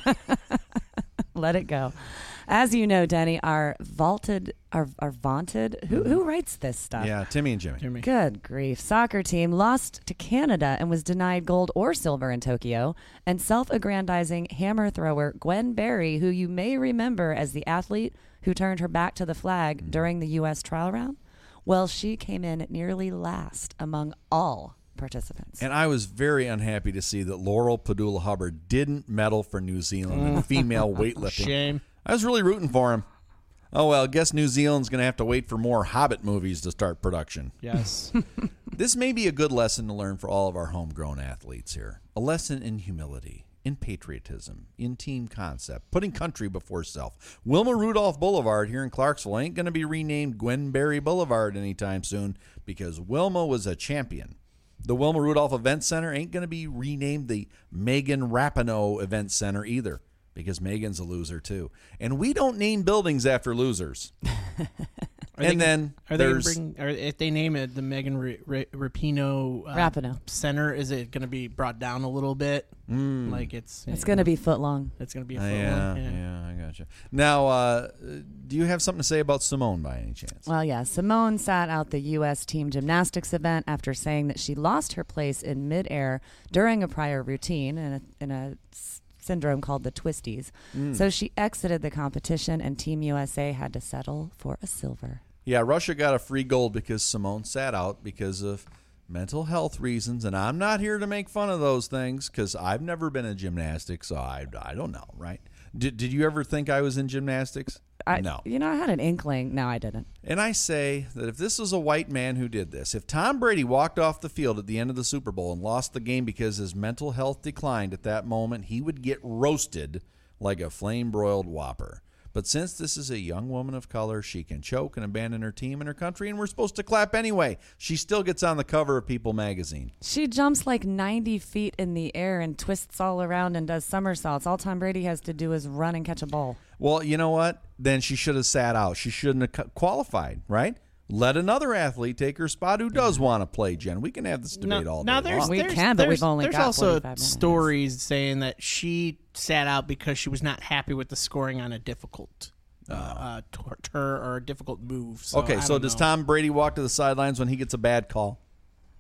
[SPEAKER 2] Let it go. As you know, Denny, our vaulted, our, our vaunted. Who who writes this stuff?
[SPEAKER 1] yeah, Timmy and Jimmy.
[SPEAKER 2] Good grief. Soccer team lost to Canada and was denied gold or silver in Tokyo. And self aggrandizing hammer thrower Gwen Berry, who you may remember as the athlete who turned her back to the flag during the U.S. trial round, well, she came in nearly last among all participants.
[SPEAKER 1] And I was very unhappy to see that Laurel Padula Hubbard didn't medal for New Zealand
[SPEAKER 2] Mm.
[SPEAKER 1] in female weightlifting.
[SPEAKER 3] Shame.
[SPEAKER 1] I was really rooting for him. Oh well, guess New Zealand's going to have to wait for more Hobbit movies to start production.
[SPEAKER 3] Yes.
[SPEAKER 1] This may be a good lesson to learn for all of our homegrown athletes here. A lesson in humility in patriotism, in team concept, putting country before self. Wilma Rudolph Boulevard here in Clarksville ain't going to be renamed Gwenberry Boulevard anytime soon because Wilma was a champion. The Wilma Rudolph Event Center ain't going to be renamed the Megan Rapinoe Event Center either because Megan's a loser too. And we don't name buildings after losers.
[SPEAKER 3] Are
[SPEAKER 1] and
[SPEAKER 3] they-
[SPEAKER 1] then
[SPEAKER 3] are they
[SPEAKER 1] there's
[SPEAKER 3] bring, are, if they name it the Megan R- Rapino uh,
[SPEAKER 2] Rapinoe.
[SPEAKER 3] Center? Is it going to be brought down a little bit? Like it's
[SPEAKER 2] It's going to be foot long.
[SPEAKER 3] it's going to be a
[SPEAKER 1] Uh,
[SPEAKER 3] full
[SPEAKER 1] yeah,
[SPEAKER 3] one.
[SPEAKER 1] yeah, I gotcha. Now, uh, do you have something to say about Simone by any chance?
[SPEAKER 2] Well, yeah. Simone sat out the U.S. team gymnastics event after saying that she lost her place in midair during a prior routine in a, in a s- syndrome called the twisties.
[SPEAKER 3] Mm.
[SPEAKER 2] So she exited the competition, and Team USA had to settle for a silver.
[SPEAKER 1] Yeah, Russia got a free gold because Simone sat out because of mental health reasons, and I'm not here to make fun of those things because I've never been in gymnastics, so I, I don't know, right? Did, did you ever think I was in gymnastics?
[SPEAKER 2] I,
[SPEAKER 1] no.
[SPEAKER 2] You know, I had an inkling. No, I didn't.
[SPEAKER 1] And I say that if this was a white man who did this, if Tom Brady walked off the field at the end of the Super Bowl and lost the game because his mental health declined at that moment, he would get roasted like a flame broiled whopper. But since this is a young woman of color, she can choke and abandon her team and her country, and we're supposed to clap anyway. She still gets on the cover of People magazine.
[SPEAKER 2] She jumps like 90 feet in the air and twists all around and does somersaults. All Tom Brady has to do is run and catch a ball.
[SPEAKER 1] Well, you know what? Then she should have sat out. She shouldn't have cu- qualified, right? Let another athlete take her spot who does want to play, Jen. We can have this debate all day
[SPEAKER 3] now there's,
[SPEAKER 1] long.
[SPEAKER 2] We
[SPEAKER 3] there's,
[SPEAKER 2] can, but
[SPEAKER 3] there's-
[SPEAKER 2] we've only
[SPEAKER 3] there's
[SPEAKER 2] got
[SPEAKER 3] also
[SPEAKER 2] 45 minutes.
[SPEAKER 3] stories saying that she sat out because she was not happy with the scoring on a difficult uh, uh, tor- tur or a difficult move. So
[SPEAKER 1] Okay,
[SPEAKER 3] I
[SPEAKER 1] so
[SPEAKER 3] don't
[SPEAKER 1] does
[SPEAKER 3] know.
[SPEAKER 1] Tom Brady walk to the sidelines when he gets a bad call?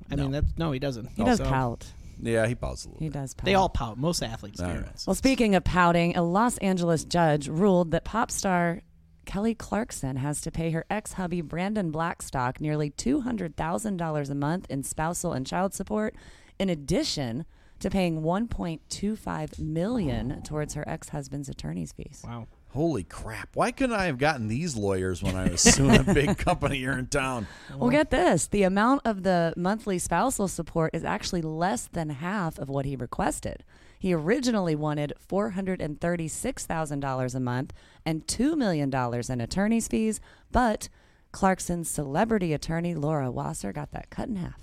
[SPEAKER 3] I mean, that's, no, he doesn't.
[SPEAKER 2] He does
[SPEAKER 3] Oh, So
[SPEAKER 2] pout.
[SPEAKER 1] Yeah, he pouts a little.
[SPEAKER 2] He does pout.
[SPEAKER 3] They all pout. Most athletes do.
[SPEAKER 2] Well, speaking of pouting, a Los Angeles judge ruled that pop star Kelly Clarkson has to pay her ex hubby Brandon Blackstock nearly $200,000 a month in spousal and child support, in addition to paying $1.25 million towards her ex husband's attorney's fees.
[SPEAKER 3] Wow.
[SPEAKER 1] Holy crap! Why couldn't I have gotten these lawyers when I was suing a big company here in town?
[SPEAKER 2] Well, get this the amount of the monthly spousal support is actually less than half of what he requested. He originally wanted $436,000 a month and $2 million in attorney's fees, but Clarkson's celebrity attorney, Laura Wasser, got that cut in half.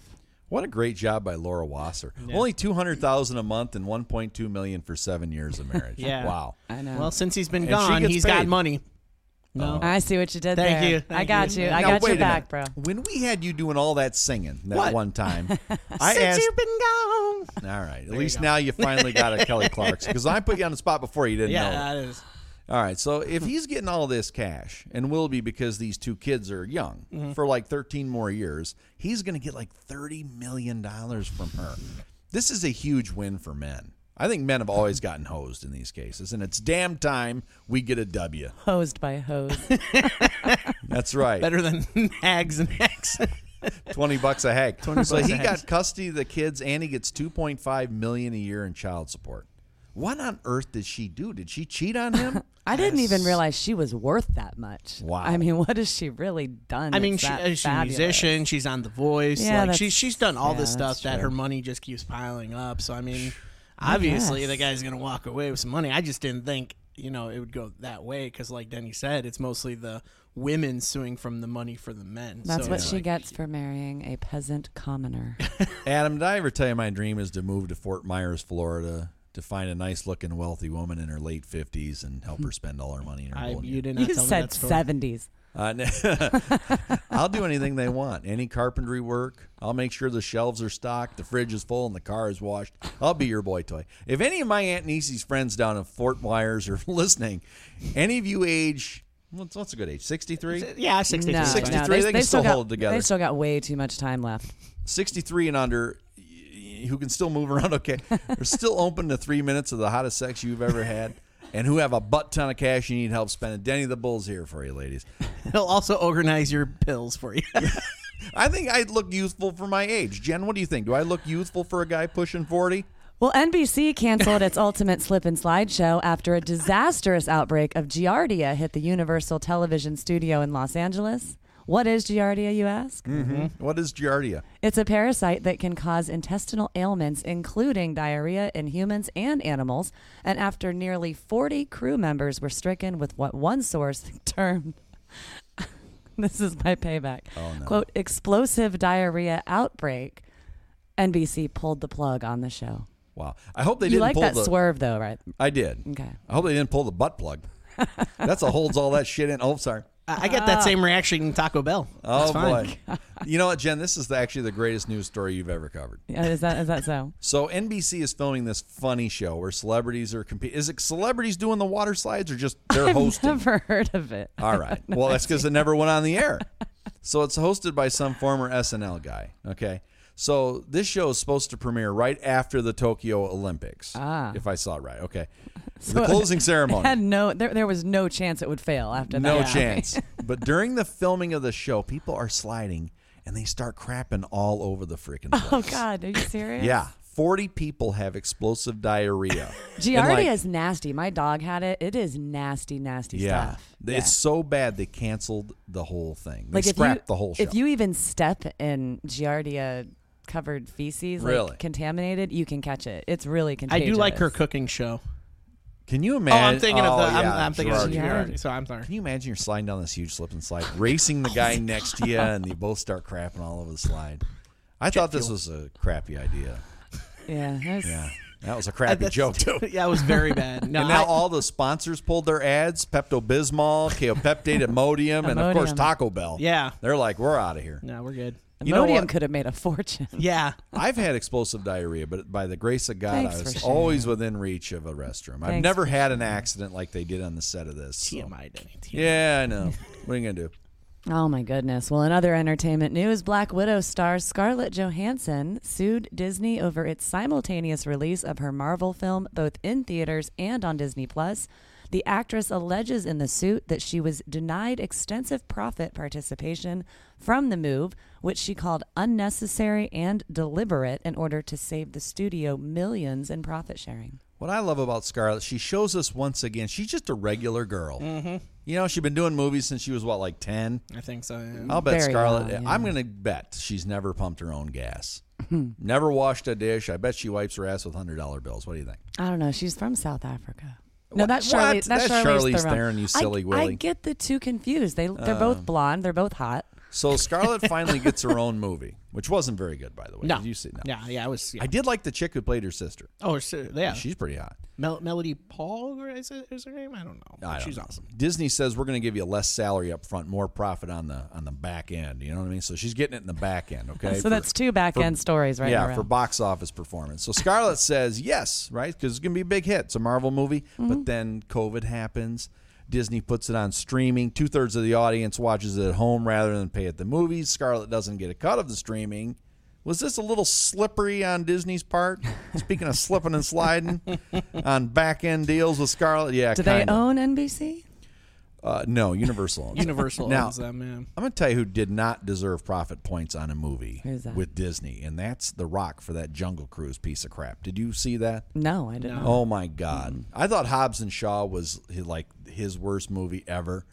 [SPEAKER 1] What a great job by Laura Wasser! Only two hundred thousand a month and one point two million for seven years of marriage.
[SPEAKER 3] Yeah.
[SPEAKER 1] Wow.
[SPEAKER 2] I know.
[SPEAKER 3] Well, since he's been
[SPEAKER 1] she
[SPEAKER 3] gone,
[SPEAKER 1] gets
[SPEAKER 3] he's got
[SPEAKER 1] paid.
[SPEAKER 3] money. No.
[SPEAKER 2] I see what you did
[SPEAKER 3] Thank
[SPEAKER 2] there.
[SPEAKER 3] you,
[SPEAKER 2] I
[SPEAKER 3] thank
[SPEAKER 2] got
[SPEAKER 3] you.
[SPEAKER 2] you. I
[SPEAKER 1] Now,
[SPEAKER 2] got
[SPEAKER 1] wait
[SPEAKER 2] your
[SPEAKER 1] a
[SPEAKER 2] back, bro.
[SPEAKER 1] minute. When we had you doing all that singing that
[SPEAKER 3] What?
[SPEAKER 1] one time, I
[SPEAKER 3] since
[SPEAKER 1] asked.
[SPEAKER 3] you've been gone.
[SPEAKER 1] all right, at least now you finally got a Kelly Clarkson because I put you on the spot before you didn't
[SPEAKER 3] Yeah,
[SPEAKER 1] know.
[SPEAKER 3] that is.
[SPEAKER 1] All right. So if he's getting all this cash and will be because these two kids are young
[SPEAKER 3] Mm-hmm.
[SPEAKER 1] for like 13 more years, he's going to get like $30 million from her. This is a huge win for men. I think men have always gotten hosed in these cases, and it's damn time we get a W.
[SPEAKER 2] Hosed by hose.
[SPEAKER 1] That's right.
[SPEAKER 3] better than nags and hacks.
[SPEAKER 1] 20 bucks a hag. so
[SPEAKER 3] bucks
[SPEAKER 1] he
[SPEAKER 3] a hag.
[SPEAKER 1] got custody of the kids and he gets 2.5 million a year in child support. What on earth did she do? Did she cheat on him?
[SPEAKER 2] I didn't even realize she was worth that much.
[SPEAKER 1] Wow.
[SPEAKER 2] I mean, what has she really done?
[SPEAKER 3] I mean,
[SPEAKER 2] that's
[SPEAKER 3] she,
[SPEAKER 2] that
[SPEAKER 3] uh, she's a
[SPEAKER 2] fabulous?
[SPEAKER 3] musician. She's on The Voice.
[SPEAKER 2] Yeah,
[SPEAKER 3] like she,
[SPEAKER 2] that's-
[SPEAKER 3] she's done all
[SPEAKER 2] yeah,
[SPEAKER 3] this
[SPEAKER 2] that's
[SPEAKER 3] stuff that her money just keeps piling up. So I mean, obviously
[SPEAKER 2] guess.
[SPEAKER 3] the guy's gonna walk away with some money. I just didn't think you know it would go that way because, like Denny said, it's mostly the women suing from the money for the men.
[SPEAKER 2] That's
[SPEAKER 3] So
[SPEAKER 2] what
[SPEAKER 3] it's
[SPEAKER 2] she
[SPEAKER 3] like-
[SPEAKER 2] gets for marrying a peasant commoner.
[SPEAKER 1] Adam, did I ever tell you my dream is to move to Fort Myers, Florida, to find a nice looking wealthy woman in her late fifties and help her spend all her money in her
[SPEAKER 3] I,
[SPEAKER 1] golden
[SPEAKER 3] you
[SPEAKER 1] years?
[SPEAKER 3] did not
[SPEAKER 2] you
[SPEAKER 3] tell me
[SPEAKER 2] said
[SPEAKER 3] that story.
[SPEAKER 2] 70s.
[SPEAKER 1] Uh, n- I'll do anything they want. Any carpentry work. I'll make sure the shelves are stocked, the fridge is full, and the car is washed. I'll be your boy toy. If any of my Aunt Niecy's friends down in Fort Myers are listening, any of you age what's, what's a good age? Sixty three?
[SPEAKER 3] Yeah, sixty.
[SPEAKER 2] No, no,
[SPEAKER 1] 63,
[SPEAKER 2] they,
[SPEAKER 1] they can
[SPEAKER 2] they
[SPEAKER 1] still
[SPEAKER 2] got,
[SPEAKER 1] hold it together.
[SPEAKER 2] They still got way too much time left.
[SPEAKER 1] 63 and under y- y- who can still move around okay are still open to three minutes of the hottest sex you've ever had and who have a butt ton of cash you need help spending denny the bull's here for you ladies
[SPEAKER 3] He'll also organize your pills for you.
[SPEAKER 1] i think i look youthful for my age jen what do you think do i look youthful for a guy pushing 40
[SPEAKER 2] Well, NBC canceled its ultimate slip and slide show after a disastrous outbreak of Giardia hit the Universal Television studio in Los Angeles. What is Giardia, you ask?
[SPEAKER 1] What is Giardia?
[SPEAKER 2] It's a parasite that can cause intestinal ailments, including diarrhea in humans and animals. And after nearly 40 crew members were stricken with what one source termed this is my payback
[SPEAKER 1] Oh,
[SPEAKER 2] quote, explosive diarrhea outbreak, NBC pulled the plug on the show.
[SPEAKER 1] Wow. I hope they
[SPEAKER 2] you
[SPEAKER 1] didn't
[SPEAKER 2] like
[SPEAKER 1] pull
[SPEAKER 2] that
[SPEAKER 1] the.
[SPEAKER 2] swerve, though, right?
[SPEAKER 1] I did.
[SPEAKER 2] Okay.
[SPEAKER 1] I hope they didn't pull the butt plug. That's what holds all that shit in. Oh, sorry.
[SPEAKER 3] I I got that same reaction in Taco Bell. That's
[SPEAKER 1] Oh
[SPEAKER 3] fine.
[SPEAKER 1] boy. You know what, Jen? This is the, actually the greatest news story you've ever covered.
[SPEAKER 2] Yeah, Is that is that so?
[SPEAKER 1] So NBC is filming this funny show where celebrities are competing. Is it celebrities doing the water slides or just they're
[SPEAKER 2] I've
[SPEAKER 1] hosting?
[SPEAKER 2] never heard of it.
[SPEAKER 1] All right. well, that's because it never went on the air. So it's hosted by some former SNL guy. Okay. So this show is supposed to premiere right after the Tokyo Olympics, ah. if I saw it right. Okay. the closing ceremony.
[SPEAKER 2] Had no, there, there was no chance it would fail after
[SPEAKER 1] No
[SPEAKER 2] that.
[SPEAKER 1] chance. but during the filming of the show, people are sliding and they start crapping all over the freaking place.
[SPEAKER 2] Oh God, are you serious?
[SPEAKER 1] Yeah. 40 people have explosive diarrhea. And,
[SPEAKER 2] Giardia
[SPEAKER 1] like,
[SPEAKER 2] is nasty. My dog had it. It is nasty, nasty
[SPEAKER 1] yeah,
[SPEAKER 2] stuff.
[SPEAKER 1] It's so bad they canceled the whole thing. They
[SPEAKER 2] Like if you
[SPEAKER 1] scrapped the whole show.
[SPEAKER 2] if you even step in Giardia covered feces, like
[SPEAKER 1] Really?
[SPEAKER 2] contaminated, you can catch it. It's really
[SPEAKER 3] I
[SPEAKER 2] contagious.
[SPEAKER 3] do like her cooking show.
[SPEAKER 1] Can you
[SPEAKER 3] Oh,
[SPEAKER 1] imagine?
[SPEAKER 3] I'm thinking of the.
[SPEAKER 1] Oh,
[SPEAKER 3] I'm,
[SPEAKER 1] yeah,
[SPEAKER 3] I'm thinking
[SPEAKER 1] Gerard.
[SPEAKER 3] of
[SPEAKER 2] Gerardi.
[SPEAKER 3] Gerardi, So I'm sorry.
[SPEAKER 1] Can you imagine you're sliding down this huge slip and slide, racing the guy next to you, and you both start crapping all over the slide? I thought this was a crappy idea.
[SPEAKER 2] Yeah. that's-
[SPEAKER 1] Yeah, that was a crappy
[SPEAKER 3] That's-
[SPEAKER 1] joke too.
[SPEAKER 3] yeah, it was very bad. No,
[SPEAKER 1] And now
[SPEAKER 3] I-
[SPEAKER 1] all the sponsors pulled their ads: Pepto Bismol, Keopeptide, Imodium, and of course
[SPEAKER 2] Imodium.
[SPEAKER 1] Taco Bell.
[SPEAKER 3] Yeah.
[SPEAKER 1] they're like, we're out of here.
[SPEAKER 3] no, we're good.
[SPEAKER 1] You know
[SPEAKER 2] Imodium
[SPEAKER 1] what?
[SPEAKER 2] could have made a fortune.
[SPEAKER 3] Yeah,
[SPEAKER 1] I've had explosive diarrhea, but by the grace of God,
[SPEAKER 2] Thanks
[SPEAKER 1] I
[SPEAKER 2] for
[SPEAKER 1] was
[SPEAKER 2] sharing.
[SPEAKER 1] always within reach of a restroom. I've
[SPEAKER 2] Thanks
[SPEAKER 1] never
[SPEAKER 2] for
[SPEAKER 1] had an accident like they did on the set of this. so-
[SPEAKER 3] TMI. Denny, TMI.
[SPEAKER 1] Yeah, I know. What are you gonna do?
[SPEAKER 2] Oh my goodness. Well, in other entertainment news, Black Widow star Scarlett Johansson sued Disney over its simultaneous release of her Marvel film both in theaters and on Disney Plus. The actress alleges in the suit that she was denied extensive profit participation from the move, which she called unnecessary and deliberate in order to save the studio millions in profit sharing.
[SPEAKER 1] What I love about Scarlett, she shows us once again she's just a regular girl.
[SPEAKER 2] Mm-hmm.
[SPEAKER 1] You know, she's been doing movies since she was what, like ten.
[SPEAKER 3] I think so. yeah.
[SPEAKER 1] I'll bet
[SPEAKER 2] Very
[SPEAKER 1] Scarlett.
[SPEAKER 2] young, yeah. Hmm.
[SPEAKER 1] I'm gonna bet she's never pumped her own gas, never washed a dish. I bet she wipes her ass with hundred dollar bills. What do you think?
[SPEAKER 2] I don't know. She's from South Africa. No,
[SPEAKER 1] What?
[SPEAKER 2] that's
[SPEAKER 1] What?
[SPEAKER 2] Charlize.
[SPEAKER 1] That's Charlize
[SPEAKER 2] That's, Charlize, Theron.
[SPEAKER 1] Theron, you
[SPEAKER 2] I-
[SPEAKER 1] silly
[SPEAKER 2] I
[SPEAKER 1] Willy. Oh.
[SPEAKER 2] get the two confused. They they're both blonde. They're both hot.
[SPEAKER 1] So Scarlett finally gets her own movie, which wasn't very good, by the way.
[SPEAKER 3] No,
[SPEAKER 1] Did you see? No.
[SPEAKER 3] Yeah, yeah, I was. Yeah.
[SPEAKER 1] I did like the chick who played her sister.
[SPEAKER 3] oh, so, yeah.
[SPEAKER 1] She's pretty hot.
[SPEAKER 3] Mel- Melody Paul or is, it, is her name? I don't know.
[SPEAKER 1] I don't
[SPEAKER 3] She's
[SPEAKER 1] know.
[SPEAKER 3] awesome.
[SPEAKER 1] Disney says we're going to give you less salary up front, more profit on the on the back end. You know what I mean? So she's getting it in the back end. Okay.
[SPEAKER 2] So
[SPEAKER 1] For-
[SPEAKER 2] that's two back end stories right
[SPEAKER 1] yeah,
[SPEAKER 2] around.
[SPEAKER 1] for box office performance. So Scarlett says yes, right? Because it's going to be a big hit. It's a Marvel movie.
[SPEAKER 2] Mm-hmm.
[SPEAKER 1] But then COVID happens. Disney puts it on streaming. Two thirds of the audience watches it at home rather than pay at the movies. Scarlett doesn't get a cut of the streaming. Was this a little slippery on Disney's part? Speaking of slipping and sliding on back end deals with Scarlett, yeah.
[SPEAKER 2] Do they
[SPEAKER 1] kinda.
[SPEAKER 2] own NBC?
[SPEAKER 1] Uh, no, Universal. owns it.
[SPEAKER 3] Universal
[SPEAKER 1] Now-
[SPEAKER 3] owns them. Yeah.
[SPEAKER 1] I'm going to tell you who did not deserve profit points on a movie
[SPEAKER 2] Who's that?
[SPEAKER 1] with Disney, and that's The Rock for that Jungle Cruise piece of crap. Did you see that?
[SPEAKER 2] No, I didn't.
[SPEAKER 1] Oh my God! I thought Hobbs and Shaw was hi- like his worst movie ever,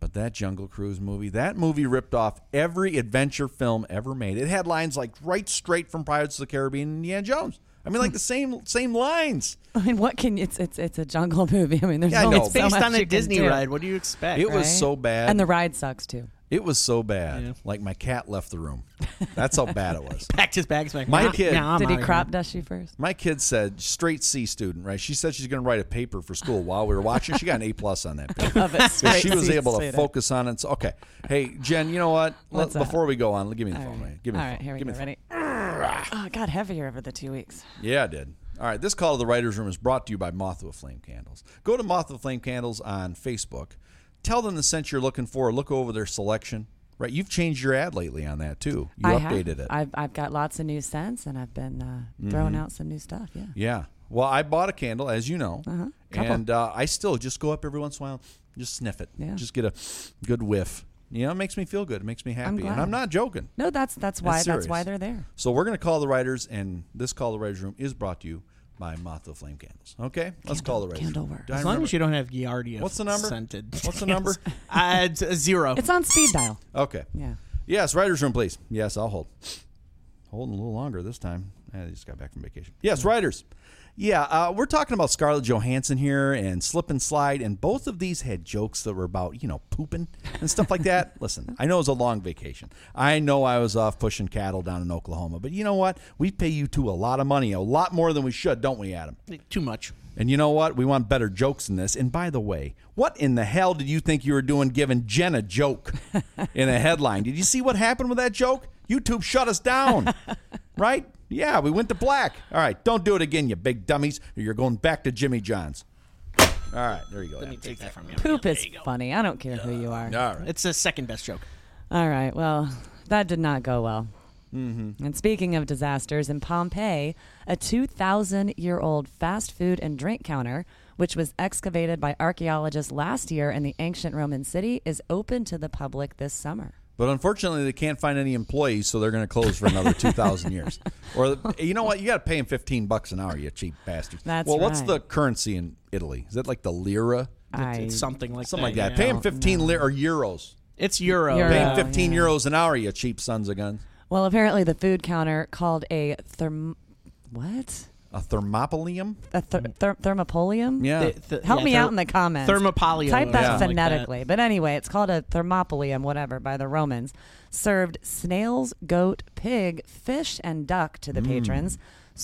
[SPEAKER 1] but that Jungle Cruise movie, that movie ripped off every adventure film ever made. It had lines like right straight from Pirates of the Caribbean and Indiana Jones. I mean, like the same same lines.
[SPEAKER 2] I mean, what can it's it's it's a jungle movie. I mean, there's
[SPEAKER 1] Yeah, I
[SPEAKER 2] only
[SPEAKER 1] know,
[SPEAKER 2] so
[SPEAKER 1] but-
[SPEAKER 3] Based
[SPEAKER 2] much
[SPEAKER 3] on
[SPEAKER 2] you
[SPEAKER 3] a
[SPEAKER 2] can
[SPEAKER 3] Disney
[SPEAKER 2] do.
[SPEAKER 3] ride, what do you expect?
[SPEAKER 1] It was
[SPEAKER 2] Right?
[SPEAKER 1] so bad.
[SPEAKER 2] and the ride sucks too.
[SPEAKER 1] It was so bad.
[SPEAKER 3] Yeah.
[SPEAKER 1] Like my cat left the room. That's how bad it was.
[SPEAKER 3] Packed his bags back.
[SPEAKER 1] My
[SPEAKER 3] nah,
[SPEAKER 1] kid-
[SPEAKER 3] nah, I'm
[SPEAKER 2] Did he
[SPEAKER 3] outta
[SPEAKER 2] crop dust you first?
[SPEAKER 1] My kid said straight C student, right? She said she's going to write a paper for school while we were watching. She got an A plus on that paper.
[SPEAKER 2] Of it, straight
[SPEAKER 1] she was
[SPEAKER 2] seed
[SPEAKER 1] able to
[SPEAKER 2] potato.
[SPEAKER 1] focus on it. So, okay, hey Jen, you know what? Let-
[SPEAKER 2] What's that?
[SPEAKER 1] before we go on, give me the phone. Right. Give me
[SPEAKER 2] All
[SPEAKER 1] the
[SPEAKER 2] right,
[SPEAKER 1] phone.
[SPEAKER 2] here we
[SPEAKER 1] give
[SPEAKER 2] go.
[SPEAKER 1] me the phone.
[SPEAKER 2] Ready? Oh, it got heavier over the two weeks.
[SPEAKER 1] Yeah, I did. All right, this call to the writers' room is brought to you by Mothwa Flame Candles. Go to Mothwa Flame Candles on Facebook. Tell them the scent you're looking for. Look over their selection. Right, you've changed your ad lately on that too. You
[SPEAKER 2] I have.
[SPEAKER 1] updated it. Mm-hmm.
[SPEAKER 2] I've I've got lots of new scents, and I've been uh, throwing out some new stuff. Yeah.
[SPEAKER 1] Yeah. Well, I bought a candle, as you know,
[SPEAKER 2] Uh-huh. Couple.
[SPEAKER 1] and uh, I still just go up every once in a while, just sniff it,
[SPEAKER 2] Yeah.
[SPEAKER 1] just get a good whiff. You know, it makes me feel good. It makes me happy, and
[SPEAKER 2] glad.
[SPEAKER 1] I'm not joking.
[SPEAKER 2] No, that's that's why that's why
[SPEAKER 1] serious.
[SPEAKER 2] they're there.
[SPEAKER 1] So we're gonna call the writers, and this call the writers room is brought to you by Moth of Flame Candles. Okay, let's call the race.
[SPEAKER 2] candle works.
[SPEAKER 1] Do I
[SPEAKER 2] As
[SPEAKER 3] As long
[SPEAKER 1] remember-
[SPEAKER 3] as you don't have Giardia.
[SPEAKER 1] What's the number?
[SPEAKER 3] Scented.
[SPEAKER 1] What's the number?
[SPEAKER 3] uh, it's a zero.
[SPEAKER 2] It's on speed dial.
[SPEAKER 1] Okay.
[SPEAKER 2] Yeah.
[SPEAKER 1] Yes, writers room, please. Yes, I'll hold. Holding a little longer this time. Eh, I just got back from vacation. Yes, writers. Yeah, uh, we're talking about Scarlett Johansson here and Slip and Slide, and both of these had jokes that were about, you know, pooping and stuff like that. Listen, I know it was a long vacation. I know I was off pushing cattle down in Oklahoma, but you know what? We pay you two a lot of money, a lot more than we should, don't we, Adam?
[SPEAKER 3] Too much.
[SPEAKER 1] And you know what? We want better jokes than this. And by the way, what in the hell did you think you were doing giving Jen a joke in a headline? Did you see what happened with that joke? YouTube shut us down, right? Yeah, we went to black. All right, don't do it again, you big dummies, or you're going back to Jimmy John's. All right, there you go.
[SPEAKER 3] Let me take that from you.
[SPEAKER 2] Poop is funny. I don't care who you are.
[SPEAKER 1] All right.
[SPEAKER 3] It's the second best joke.
[SPEAKER 2] All right. Well, that did not go well. Mm-hmm. And speaking of disasters, in Pompeii, a 2,000 year old fast food and drink counter, which was excavated by archaeologists last year in the ancient Roman city, is open to the public this summer.
[SPEAKER 1] But unfortunately, they can't find any employees, so they're going to close for another 2,000 years. Or, you know what? You got to pay them 15 bucks an hour, you cheap bastards.
[SPEAKER 2] That's
[SPEAKER 1] well, what's
[SPEAKER 2] right.
[SPEAKER 1] the currency in Italy? Is that like the lira?
[SPEAKER 2] I,
[SPEAKER 3] It's something like
[SPEAKER 1] Something like
[SPEAKER 3] that.
[SPEAKER 1] that. Pay
[SPEAKER 3] yeah.
[SPEAKER 1] him 15 lir- or euros.
[SPEAKER 3] It's euro.
[SPEAKER 2] Euro.
[SPEAKER 1] Pay
[SPEAKER 2] Oh,
[SPEAKER 1] him 15
[SPEAKER 2] yeah.
[SPEAKER 1] euros an hour, you cheap sons of guns.
[SPEAKER 2] well, apparently, the food counter called a therm. What?
[SPEAKER 1] A thermopolium?
[SPEAKER 2] A ther- ther- thermopolium?
[SPEAKER 1] Yeah.
[SPEAKER 3] Th- th-
[SPEAKER 2] Help
[SPEAKER 3] Mm. yeah,
[SPEAKER 2] me
[SPEAKER 3] ther-
[SPEAKER 2] out in the comments.
[SPEAKER 3] Thermopolio.
[SPEAKER 2] Type
[SPEAKER 3] or
[SPEAKER 2] that
[SPEAKER 3] something like
[SPEAKER 2] phonetically. But anyway, it's called a thermopolium, whatever, by the Romans. Served snails, goat, pig, fish, and duck
[SPEAKER 3] Mm.
[SPEAKER 2] to the patrons.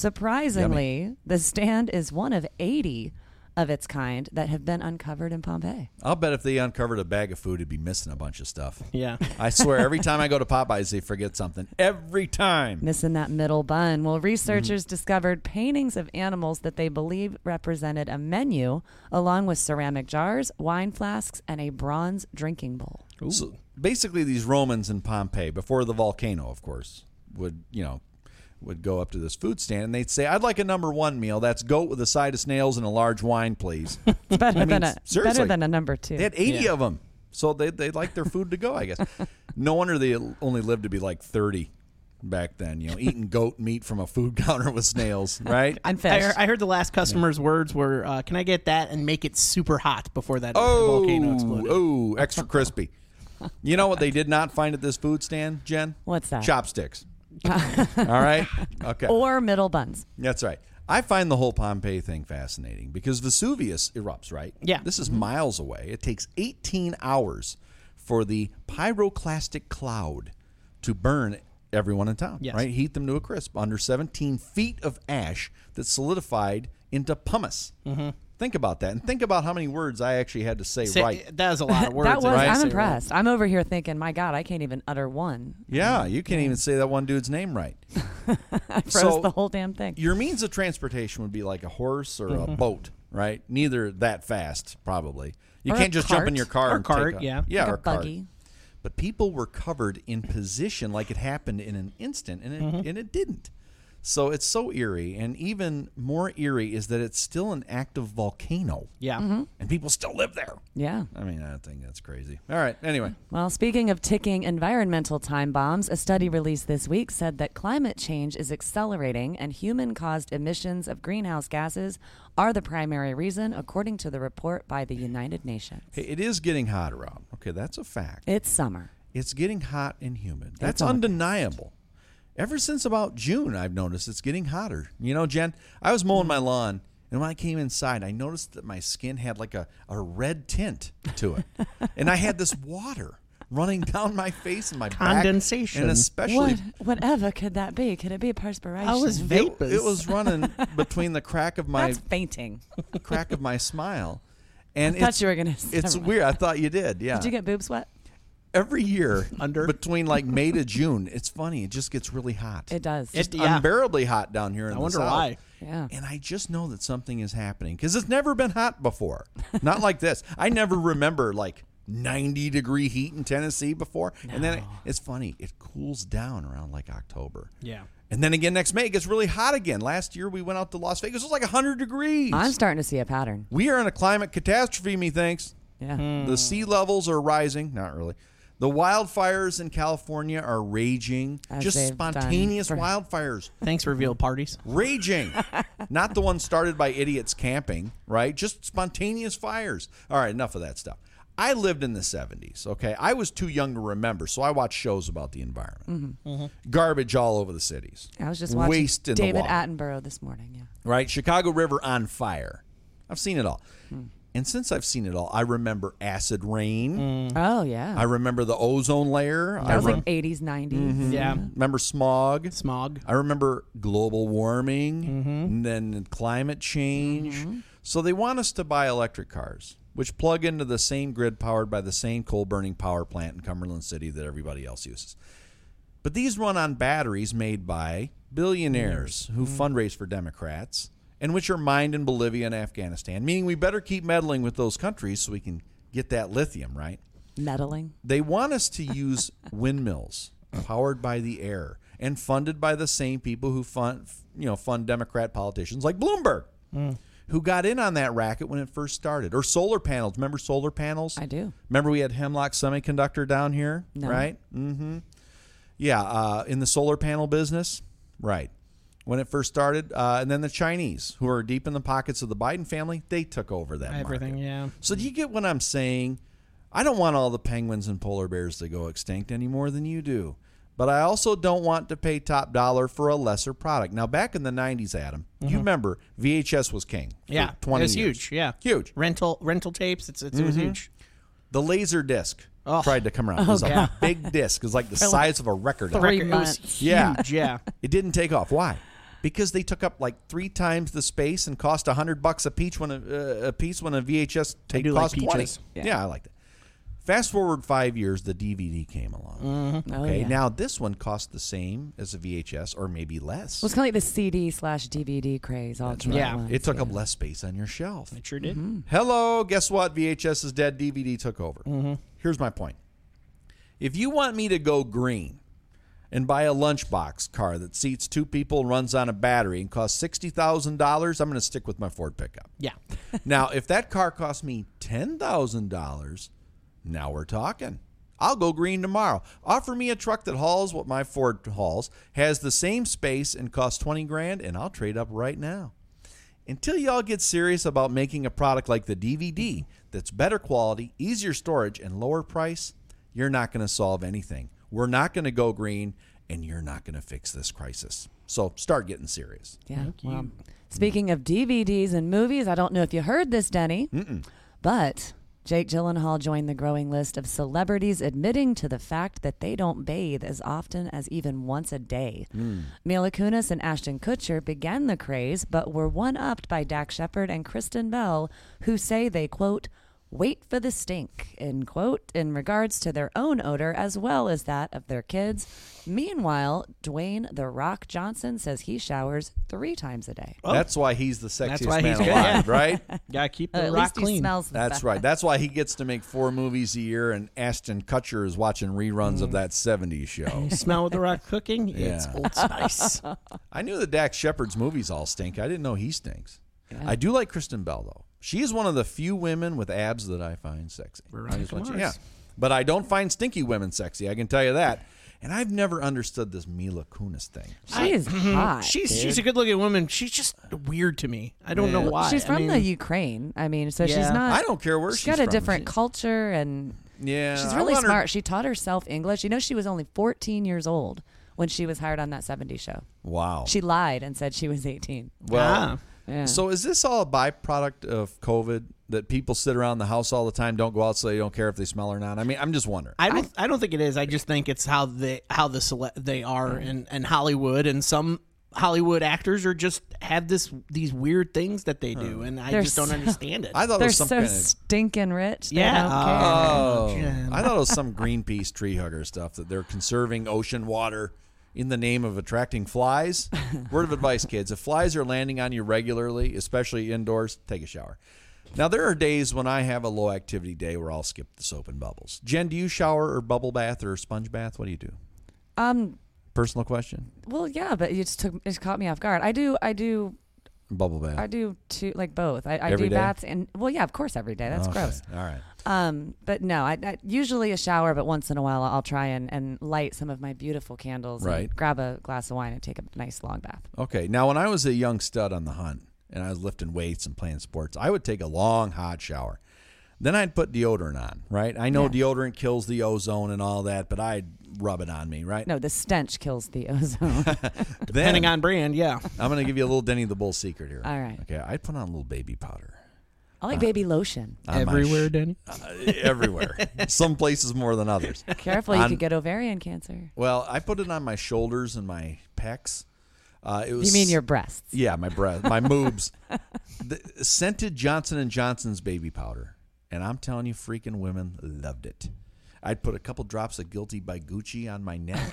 [SPEAKER 2] Surprisingly, the stand is one of 80 of its kind that have been uncovered in Pompeii.
[SPEAKER 1] I'll bet if they uncovered a bag of food, it'd be missing a bunch of stuff.
[SPEAKER 3] Yeah.
[SPEAKER 1] I swear, every time I go to Popeyes, they forget something. Every time.
[SPEAKER 2] Missing that middle bun. Well,
[SPEAKER 3] Mm-hmm.
[SPEAKER 2] researchers discovered paintings of animals that they believe represented a menu, along with ceramic jars, wine flasks, and a bronze drinking bowl.
[SPEAKER 1] So basically, these Romans in Pompeii, before the volcano, of course, would, you know, would go up to this food stand and they'd say, I'd like a number one meal. That's goat with a side of snails and a large wine, please.
[SPEAKER 2] It's better, than, a,
[SPEAKER 1] seriously.
[SPEAKER 2] better than a number two.
[SPEAKER 1] They had 80 of 'em. of them. So they, they liked their food to go, I guess. No wonder they only lived to be like 30 back then, you know, eating goat meat from a food counter with snails, right?
[SPEAKER 2] and
[SPEAKER 3] I,
[SPEAKER 2] fish.
[SPEAKER 3] heard- I heard the last customer's words were, uh, "Can I get that and make it super hot before that
[SPEAKER 1] oh,
[SPEAKER 3] volcano exploded?"
[SPEAKER 1] oh, extra crispy. You know what they did not find at this food stand, Jen?
[SPEAKER 2] What's that?
[SPEAKER 1] Chopsticks. All right? Okay.
[SPEAKER 2] or middle buns.
[SPEAKER 1] That's right. I find the whole Pompeii thing fascinating because Vesuvius erupts, right?
[SPEAKER 3] Yeah.
[SPEAKER 1] This is miles away. It takes 18 hours for the pyroclastic cloud to burn everyone in town,
[SPEAKER 3] Yes.
[SPEAKER 1] right? Heat them to a crisp under 17 feet of ash that solidified into pumice. Mm-hmm. Think about that. And think about how many words I actually had to say,
[SPEAKER 3] Say-
[SPEAKER 1] right.
[SPEAKER 3] That was a lot of words.
[SPEAKER 2] that was.
[SPEAKER 1] right?
[SPEAKER 2] I'm
[SPEAKER 1] Say
[SPEAKER 2] impressed. I'm over here thinking, my God, I can't even utter one.
[SPEAKER 1] Yeah, you can't even say that one dude's name right.
[SPEAKER 2] I froze
[SPEAKER 1] So-
[SPEAKER 2] the whole damn thing.
[SPEAKER 1] your means of transportation would be like a horse or
[SPEAKER 2] Mm-hmm.
[SPEAKER 1] a boat, right? Neither that fast, probably. You
[SPEAKER 2] Or a
[SPEAKER 1] can't just jump in
[SPEAKER 2] cart.
[SPEAKER 1] your car
[SPEAKER 3] Or
[SPEAKER 1] and
[SPEAKER 3] cart,
[SPEAKER 1] take
[SPEAKER 3] yeah.
[SPEAKER 1] yeah,
[SPEAKER 2] Like a
[SPEAKER 1] or cart.
[SPEAKER 2] buggy.
[SPEAKER 1] But people were covered in position like it happened in an instant, and it,
[SPEAKER 2] Mm-hmm.
[SPEAKER 1] and it didn't. So it's so eerie, and even more eerie is that it's still an active volcano,
[SPEAKER 3] Yeah.
[SPEAKER 2] Mm-hmm.
[SPEAKER 1] and people still live there.
[SPEAKER 2] Yeah.
[SPEAKER 1] I mean, I think that's crazy. All right, anyway,
[SPEAKER 2] Well, speaking of ticking environmental time bombs, a study released this week said that climate change is accelerating and human caused emissions of greenhouse gases are the primary reason, according to the report by the United Nations.
[SPEAKER 1] hey, it is getting hotter out. Okay, that's a fact.
[SPEAKER 2] It's summer.
[SPEAKER 1] It's getting hot and humid. That's
[SPEAKER 2] all it is.
[SPEAKER 1] undeniable. Ever since about June, I've noticed it's getting hotter. You know, Jen, I was mowing my lawn, and when I came inside, I noticed that my skin had like a, a red tint to it. and I had this water running down my face and my Back,
[SPEAKER 3] Condensation.
[SPEAKER 1] and especially.
[SPEAKER 2] What, whatever could that be? Could it be perspiration?
[SPEAKER 3] I was
[SPEAKER 1] It,
[SPEAKER 3] vapors.
[SPEAKER 1] it was running between the crack of my
[SPEAKER 2] That's fainting.
[SPEAKER 1] crack of my smile, and
[SPEAKER 2] I thought
[SPEAKER 1] it's,
[SPEAKER 2] you were gonna.
[SPEAKER 1] it's weird. I thought you did. Yeah.
[SPEAKER 2] Did you get boob sweat?
[SPEAKER 1] every year
[SPEAKER 3] Under.
[SPEAKER 1] between like May to June. It's funny; it just gets really hot.
[SPEAKER 2] It does.
[SPEAKER 3] It-
[SPEAKER 1] It's
[SPEAKER 3] yeah.
[SPEAKER 1] unbearably hot down here in
[SPEAKER 3] I
[SPEAKER 1] the
[SPEAKER 3] wonder
[SPEAKER 1] South.
[SPEAKER 3] why.
[SPEAKER 2] yeah.
[SPEAKER 1] And I just know that something is happening because it's never been hot before. Not like this. I never remember like 90 degree heat in Tennessee before. And then it- it's funny; it cools down around like October.
[SPEAKER 3] Yeah.
[SPEAKER 1] And then again next May, it gets really hot again. Last year we went out to Las Vegas; it was like 100 degrees.
[SPEAKER 2] I'm starting to see a pattern.
[SPEAKER 3] Hmm.
[SPEAKER 1] we are in a climate catastrophe, methinks.
[SPEAKER 2] Yeah.
[SPEAKER 1] The sea levels are rising. Not really. The wildfires in California are raging.
[SPEAKER 2] As
[SPEAKER 1] Just
[SPEAKER 2] they've done
[SPEAKER 1] spontaneous
[SPEAKER 2] for-
[SPEAKER 1] wildfires.
[SPEAKER 3] Thanks, reveal parties.
[SPEAKER 1] Raging. Not the one started by idiots camping, right? Just spontaneous fires. All right, enough of that stuff. I lived in the 70s, okay? I was too young to remember, so I watched shows about the environment. Mm-hmm. Garbage all over the cities.
[SPEAKER 2] Mm-hmm. I was just watching
[SPEAKER 1] Waste in the
[SPEAKER 2] David
[SPEAKER 1] water
[SPEAKER 2] Attenborough this morning. Yeah.
[SPEAKER 1] right? Chicago River on fire. I've seen it all.
[SPEAKER 2] Hmm.
[SPEAKER 1] And since I've seen it all, I remember acid rain.
[SPEAKER 2] Oh yeah.
[SPEAKER 1] Mm. I remember the ozone layer. I
[SPEAKER 2] that was
[SPEAKER 1] re-
[SPEAKER 2] like 80s, 90s.
[SPEAKER 1] Mm-hmm.
[SPEAKER 3] Yeah.
[SPEAKER 2] Mm-hmm.
[SPEAKER 1] remember smog.
[SPEAKER 3] Smog.
[SPEAKER 1] I remember global warming and then climate change. So they want us to buy electric cars, which plug into the same grid powered by the same coal burning power plant in Cumberland City that everybody else uses. But these run on batteries made by billionaires who fundraise for Democrats and which are mined in Bolivia and Afghanistan, meaning we better keep meddling with those countries so we can get that lithium, right?
[SPEAKER 2] Meddling.
[SPEAKER 1] They want us to use windmills powered by the air and funded by the same people who fund, you know, fund Democrat politicians like Bloomberg, who got in on that racket when it first started. Or solar panels. Remember solar panels?
[SPEAKER 2] I do.
[SPEAKER 1] Remember we had Hemlock Semiconductor down here, right? Mm-hmm. Yeah, uh, in the solar panel business, right? When it first started, uh, and then the Chinese, who are deep in the pockets of the Biden family, they took over that
[SPEAKER 3] Everything,
[SPEAKER 1] market.
[SPEAKER 3] yeah.
[SPEAKER 1] So do you get what I'm saying? I don't want all the penguins and polar bears to go extinct any more than you do. But I also don't want to pay top dollar for a lesser product. Now, back in the 90s, Adam, you remember VHS was king. for
[SPEAKER 3] Mm-hmm. Yeah.
[SPEAKER 1] 20
[SPEAKER 3] it's
[SPEAKER 1] years.
[SPEAKER 3] huge. Yeah.
[SPEAKER 1] Huge. Mm-hmm.
[SPEAKER 3] Rental rental tapes. It's, it's it was huge.
[SPEAKER 1] The laser disc
[SPEAKER 3] Oh.
[SPEAKER 1] tried to come around. It was
[SPEAKER 3] God.
[SPEAKER 1] a big disc. It was like the size of a record.
[SPEAKER 3] The
[SPEAKER 1] album.
[SPEAKER 2] Three
[SPEAKER 3] record it was
[SPEAKER 2] months.
[SPEAKER 1] Yeah.
[SPEAKER 3] huge. Yeah.
[SPEAKER 1] It didn't take off. Why? Because they took up like three times the space and cost a hundred bucks a piece when a, uh, a piece when a VHS tape
[SPEAKER 3] do like
[SPEAKER 1] cost twenty.
[SPEAKER 3] peaches.
[SPEAKER 1] Yeah.
[SPEAKER 2] Yeah.
[SPEAKER 1] I like that. Fast forward five years, the DVD came along.
[SPEAKER 2] Oh,
[SPEAKER 1] Okay,
[SPEAKER 2] yeah.
[SPEAKER 1] now this one cost the same as a VHS or maybe less.
[SPEAKER 2] Well, it's kind of like the CD slash DVD craze. All That's
[SPEAKER 3] right. Yeah.
[SPEAKER 1] it took up less space on your shelf.
[SPEAKER 3] It sure did.
[SPEAKER 2] Mm-hmm.
[SPEAKER 1] Hello, guess what? VHS is dead. DVD took over. Here's my point. If you want me to go green and buy a lunchbox car that seats two people and runs on a battery and costs $60,000, I'm going to stick with my Ford pickup.
[SPEAKER 3] Yeah.
[SPEAKER 1] now, if that car costs me $10,000, now we're talking. I'll go green tomorrow. Offer me a truck that hauls what my Ford hauls, has the same space and costs 20 grand and I'll trade up right now. Until y'all get serious about making a product like the DVD that's better quality, easier storage, and lower price, you're not going to solve anything. We're not going to go green, and you're not going to fix this crisis. So start getting serious.
[SPEAKER 2] Yeah. Well, speaking of DVDs and movies, I don't know if you heard this, Denny, but Jake Gyllenhaal joined the growing list of celebrities admitting to the fact that they don't bathe as often as even once a day. Mila Kunis and Ashton Kutcher began the craze, but were one upped by Dak Shepard and Kristen Bell, who say they, quote, wait for the stink, end quote, in regards to their own odor as well as that of their kids. Meanwhile, Dwayne The Rock Johnson says he showers three times a day.
[SPEAKER 1] That's why he's the sexiest
[SPEAKER 3] Oh. why
[SPEAKER 1] man
[SPEAKER 3] he's good,
[SPEAKER 1] alive, right?
[SPEAKER 3] Gotta keep
[SPEAKER 2] Uh,
[SPEAKER 3] the
[SPEAKER 2] at
[SPEAKER 3] rock
[SPEAKER 2] least he
[SPEAKER 3] clean.
[SPEAKER 2] smells the
[SPEAKER 1] That's
[SPEAKER 2] best.
[SPEAKER 1] right. That's why he gets to make four movies a year, and Ashton Kutcher is watching reruns
[SPEAKER 2] Mm.
[SPEAKER 1] of that 70s show.
[SPEAKER 3] Smell with the rock cooking. It's
[SPEAKER 1] Yeah.
[SPEAKER 3] Old Spice.
[SPEAKER 1] I knew that Dax Shepard's movies all stink. I didn't know he stinks. I do like Kristen Bell though. She is one of the few women with abs that I find sexy. I just want you- yeah,
[SPEAKER 3] Mars.
[SPEAKER 1] but I don't find stinky women sexy. I can tell you that. And I've never understood this Mila Kunis thing.
[SPEAKER 2] She is hot.
[SPEAKER 3] she's she's a good looking woman. She's just weird to me. I don't know why.
[SPEAKER 2] She's
[SPEAKER 3] I
[SPEAKER 2] from
[SPEAKER 3] mean,
[SPEAKER 2] the Ukraine. I mean, so she's
[SPEAKER 3] Yeah.
[SPEAKER 2] not.
[SPEAKER 1] I don't care where
[SPEAKER 2] she's
[SPEAKER 1] she's
[SPEAKER 2] got a
[SPEAKER 1] from.
[SPEAKER 2] different culture and
[SPEAKER 1] Yeah,
[SPEAKER 2] she's
[SPEAKER 1] I
[SPEAKER 2] really
[SPEAKER 1] want her-
[SPEAKER 2] smart. She taught herself English. You know, she was only 14 years old when she was hired on that 70 show.
[SPEAKER 1] Wow.
[SPEAKER 2] She lied and said she was 18.
[SPEAKER 1] well,
[SPEAKER 3] Ah.
[SPEAKER 2] Yeah.
[SPEAKER 1] so is this all a byproduct of COVID that people sit around the house all the time, don't go out, so they don't care if they smell or not? I mean, I'm just wondering.
[SPEAKER 3] I don't. I, don't think it is. I just think it's how they how the sele- they are in, in Hollywood, and some Hollywood actors are just have this these weird things that they do, and I
[SPEAKER 2] They're
[SPEAKER 3] just don't
[SPEAKER 2] so-
[SPEAKER 3] understand it.
[SPEAKER 1] I thought it
[SPEAKER 2] They're
[SPEAKER 1] was some
[SPEAKER 2] so
[SPEAKER 1] kind of
[SPEAKER 2] stinking rich. They
[SPEAKER 3] Yeah. uh,
[SPEAKER 2] don't care.
[SPEAKER 1] Oh,
[SPEAKER 3] Jim.
[SPEAKER 1] I thought it was some Greenpeace tree hugger stuff that they're conserving ocean water in the name of attracting flies. Word of advice, kids: if flies are landing on you regularly, especially indoors, take a shower. Now there are days when I have a low activity day where I'll skip the soap and bubbles. Jen, do you shower or bubble bath or sponge bath? What do you do?
[SPEAKER 2] Um.
[SPEAKER 1] Personal question.
[SPEAKER 2] Well, yeah, but you just took it caught me off guard. I do. I do.
[SPEAKER 1] Bubble bath.
[SPEAKER 2] I do two like both. I, I
[SPEAKER 1] Every
[SPEAKER 2] do
[SPEAKER 1] day?
[SPEAKER 2] baths and well, yeah, of course, every day. That's
[SPEAKER 1] Okay.
[SPEAKER 2] gross.
[SPEAKER 1] All right.
[SPEAKER 2] Um, but no, I, I usually a shower, but once in a while I'll try and, and light some of my beautiful candles.
[SPEAKER 1] Right.
[SPEAKER 2] And grab a glass of wine and take a nice long bath.
[SPEAKER 1] Okay. Now, when I was a young stud on the hunt and I was lifting weights and playing sports, I would take a long, hot shower. Then I'd put deodorant on, right? I know deodorant kills the ozone and all that, but I'd rub it on me, right?
[SPEAKER 2] No, the stench kills the ozone.
[SPEAKER 1] then
[SPEAKER 3] Depending on brand, yeah.
[SPEAKER 1] I'm going to give you a little Denny the Bull secret here.
[SPEAKER 2] All right.
[SPEAKER 1] Okay. I'd put on a little baby powder
[SPEAKER 2] I like baby lotion.
[SPEAKER 1] on my sh-
[SPEAKER 3] Danny.
[SPEAKER 1] everywhere. Some places more than others.
[SPEAKER 2] Careful, you
[SPEAKER 1] On-
[SPEAKER 2] could get ovarian cancer.
[SPEAKER 1] Well, I put it on my shoulders and my pecs. Uh, it was
[SPEAKER 2] You mean your breasts?
[SPEAKER 1] Yeah, my breath, my moobs. the, scented Johnson and Johnson's baby powder, and I'm telling you, freaking women loved it. I'd put a couple drops of Guilty by Gucci on my neck,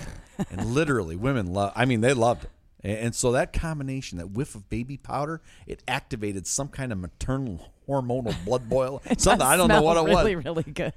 [SPEAKER 1] and literally, women love. I mean, they loved it. A- And, so that combination, that whiff of baby powder, it activated some kind of maternal hormonal blood boil. something I don't know
[SPEAKER 2] Smell
[SPEAKER 1] what it was.
[SPEAKER 2] Really, really good.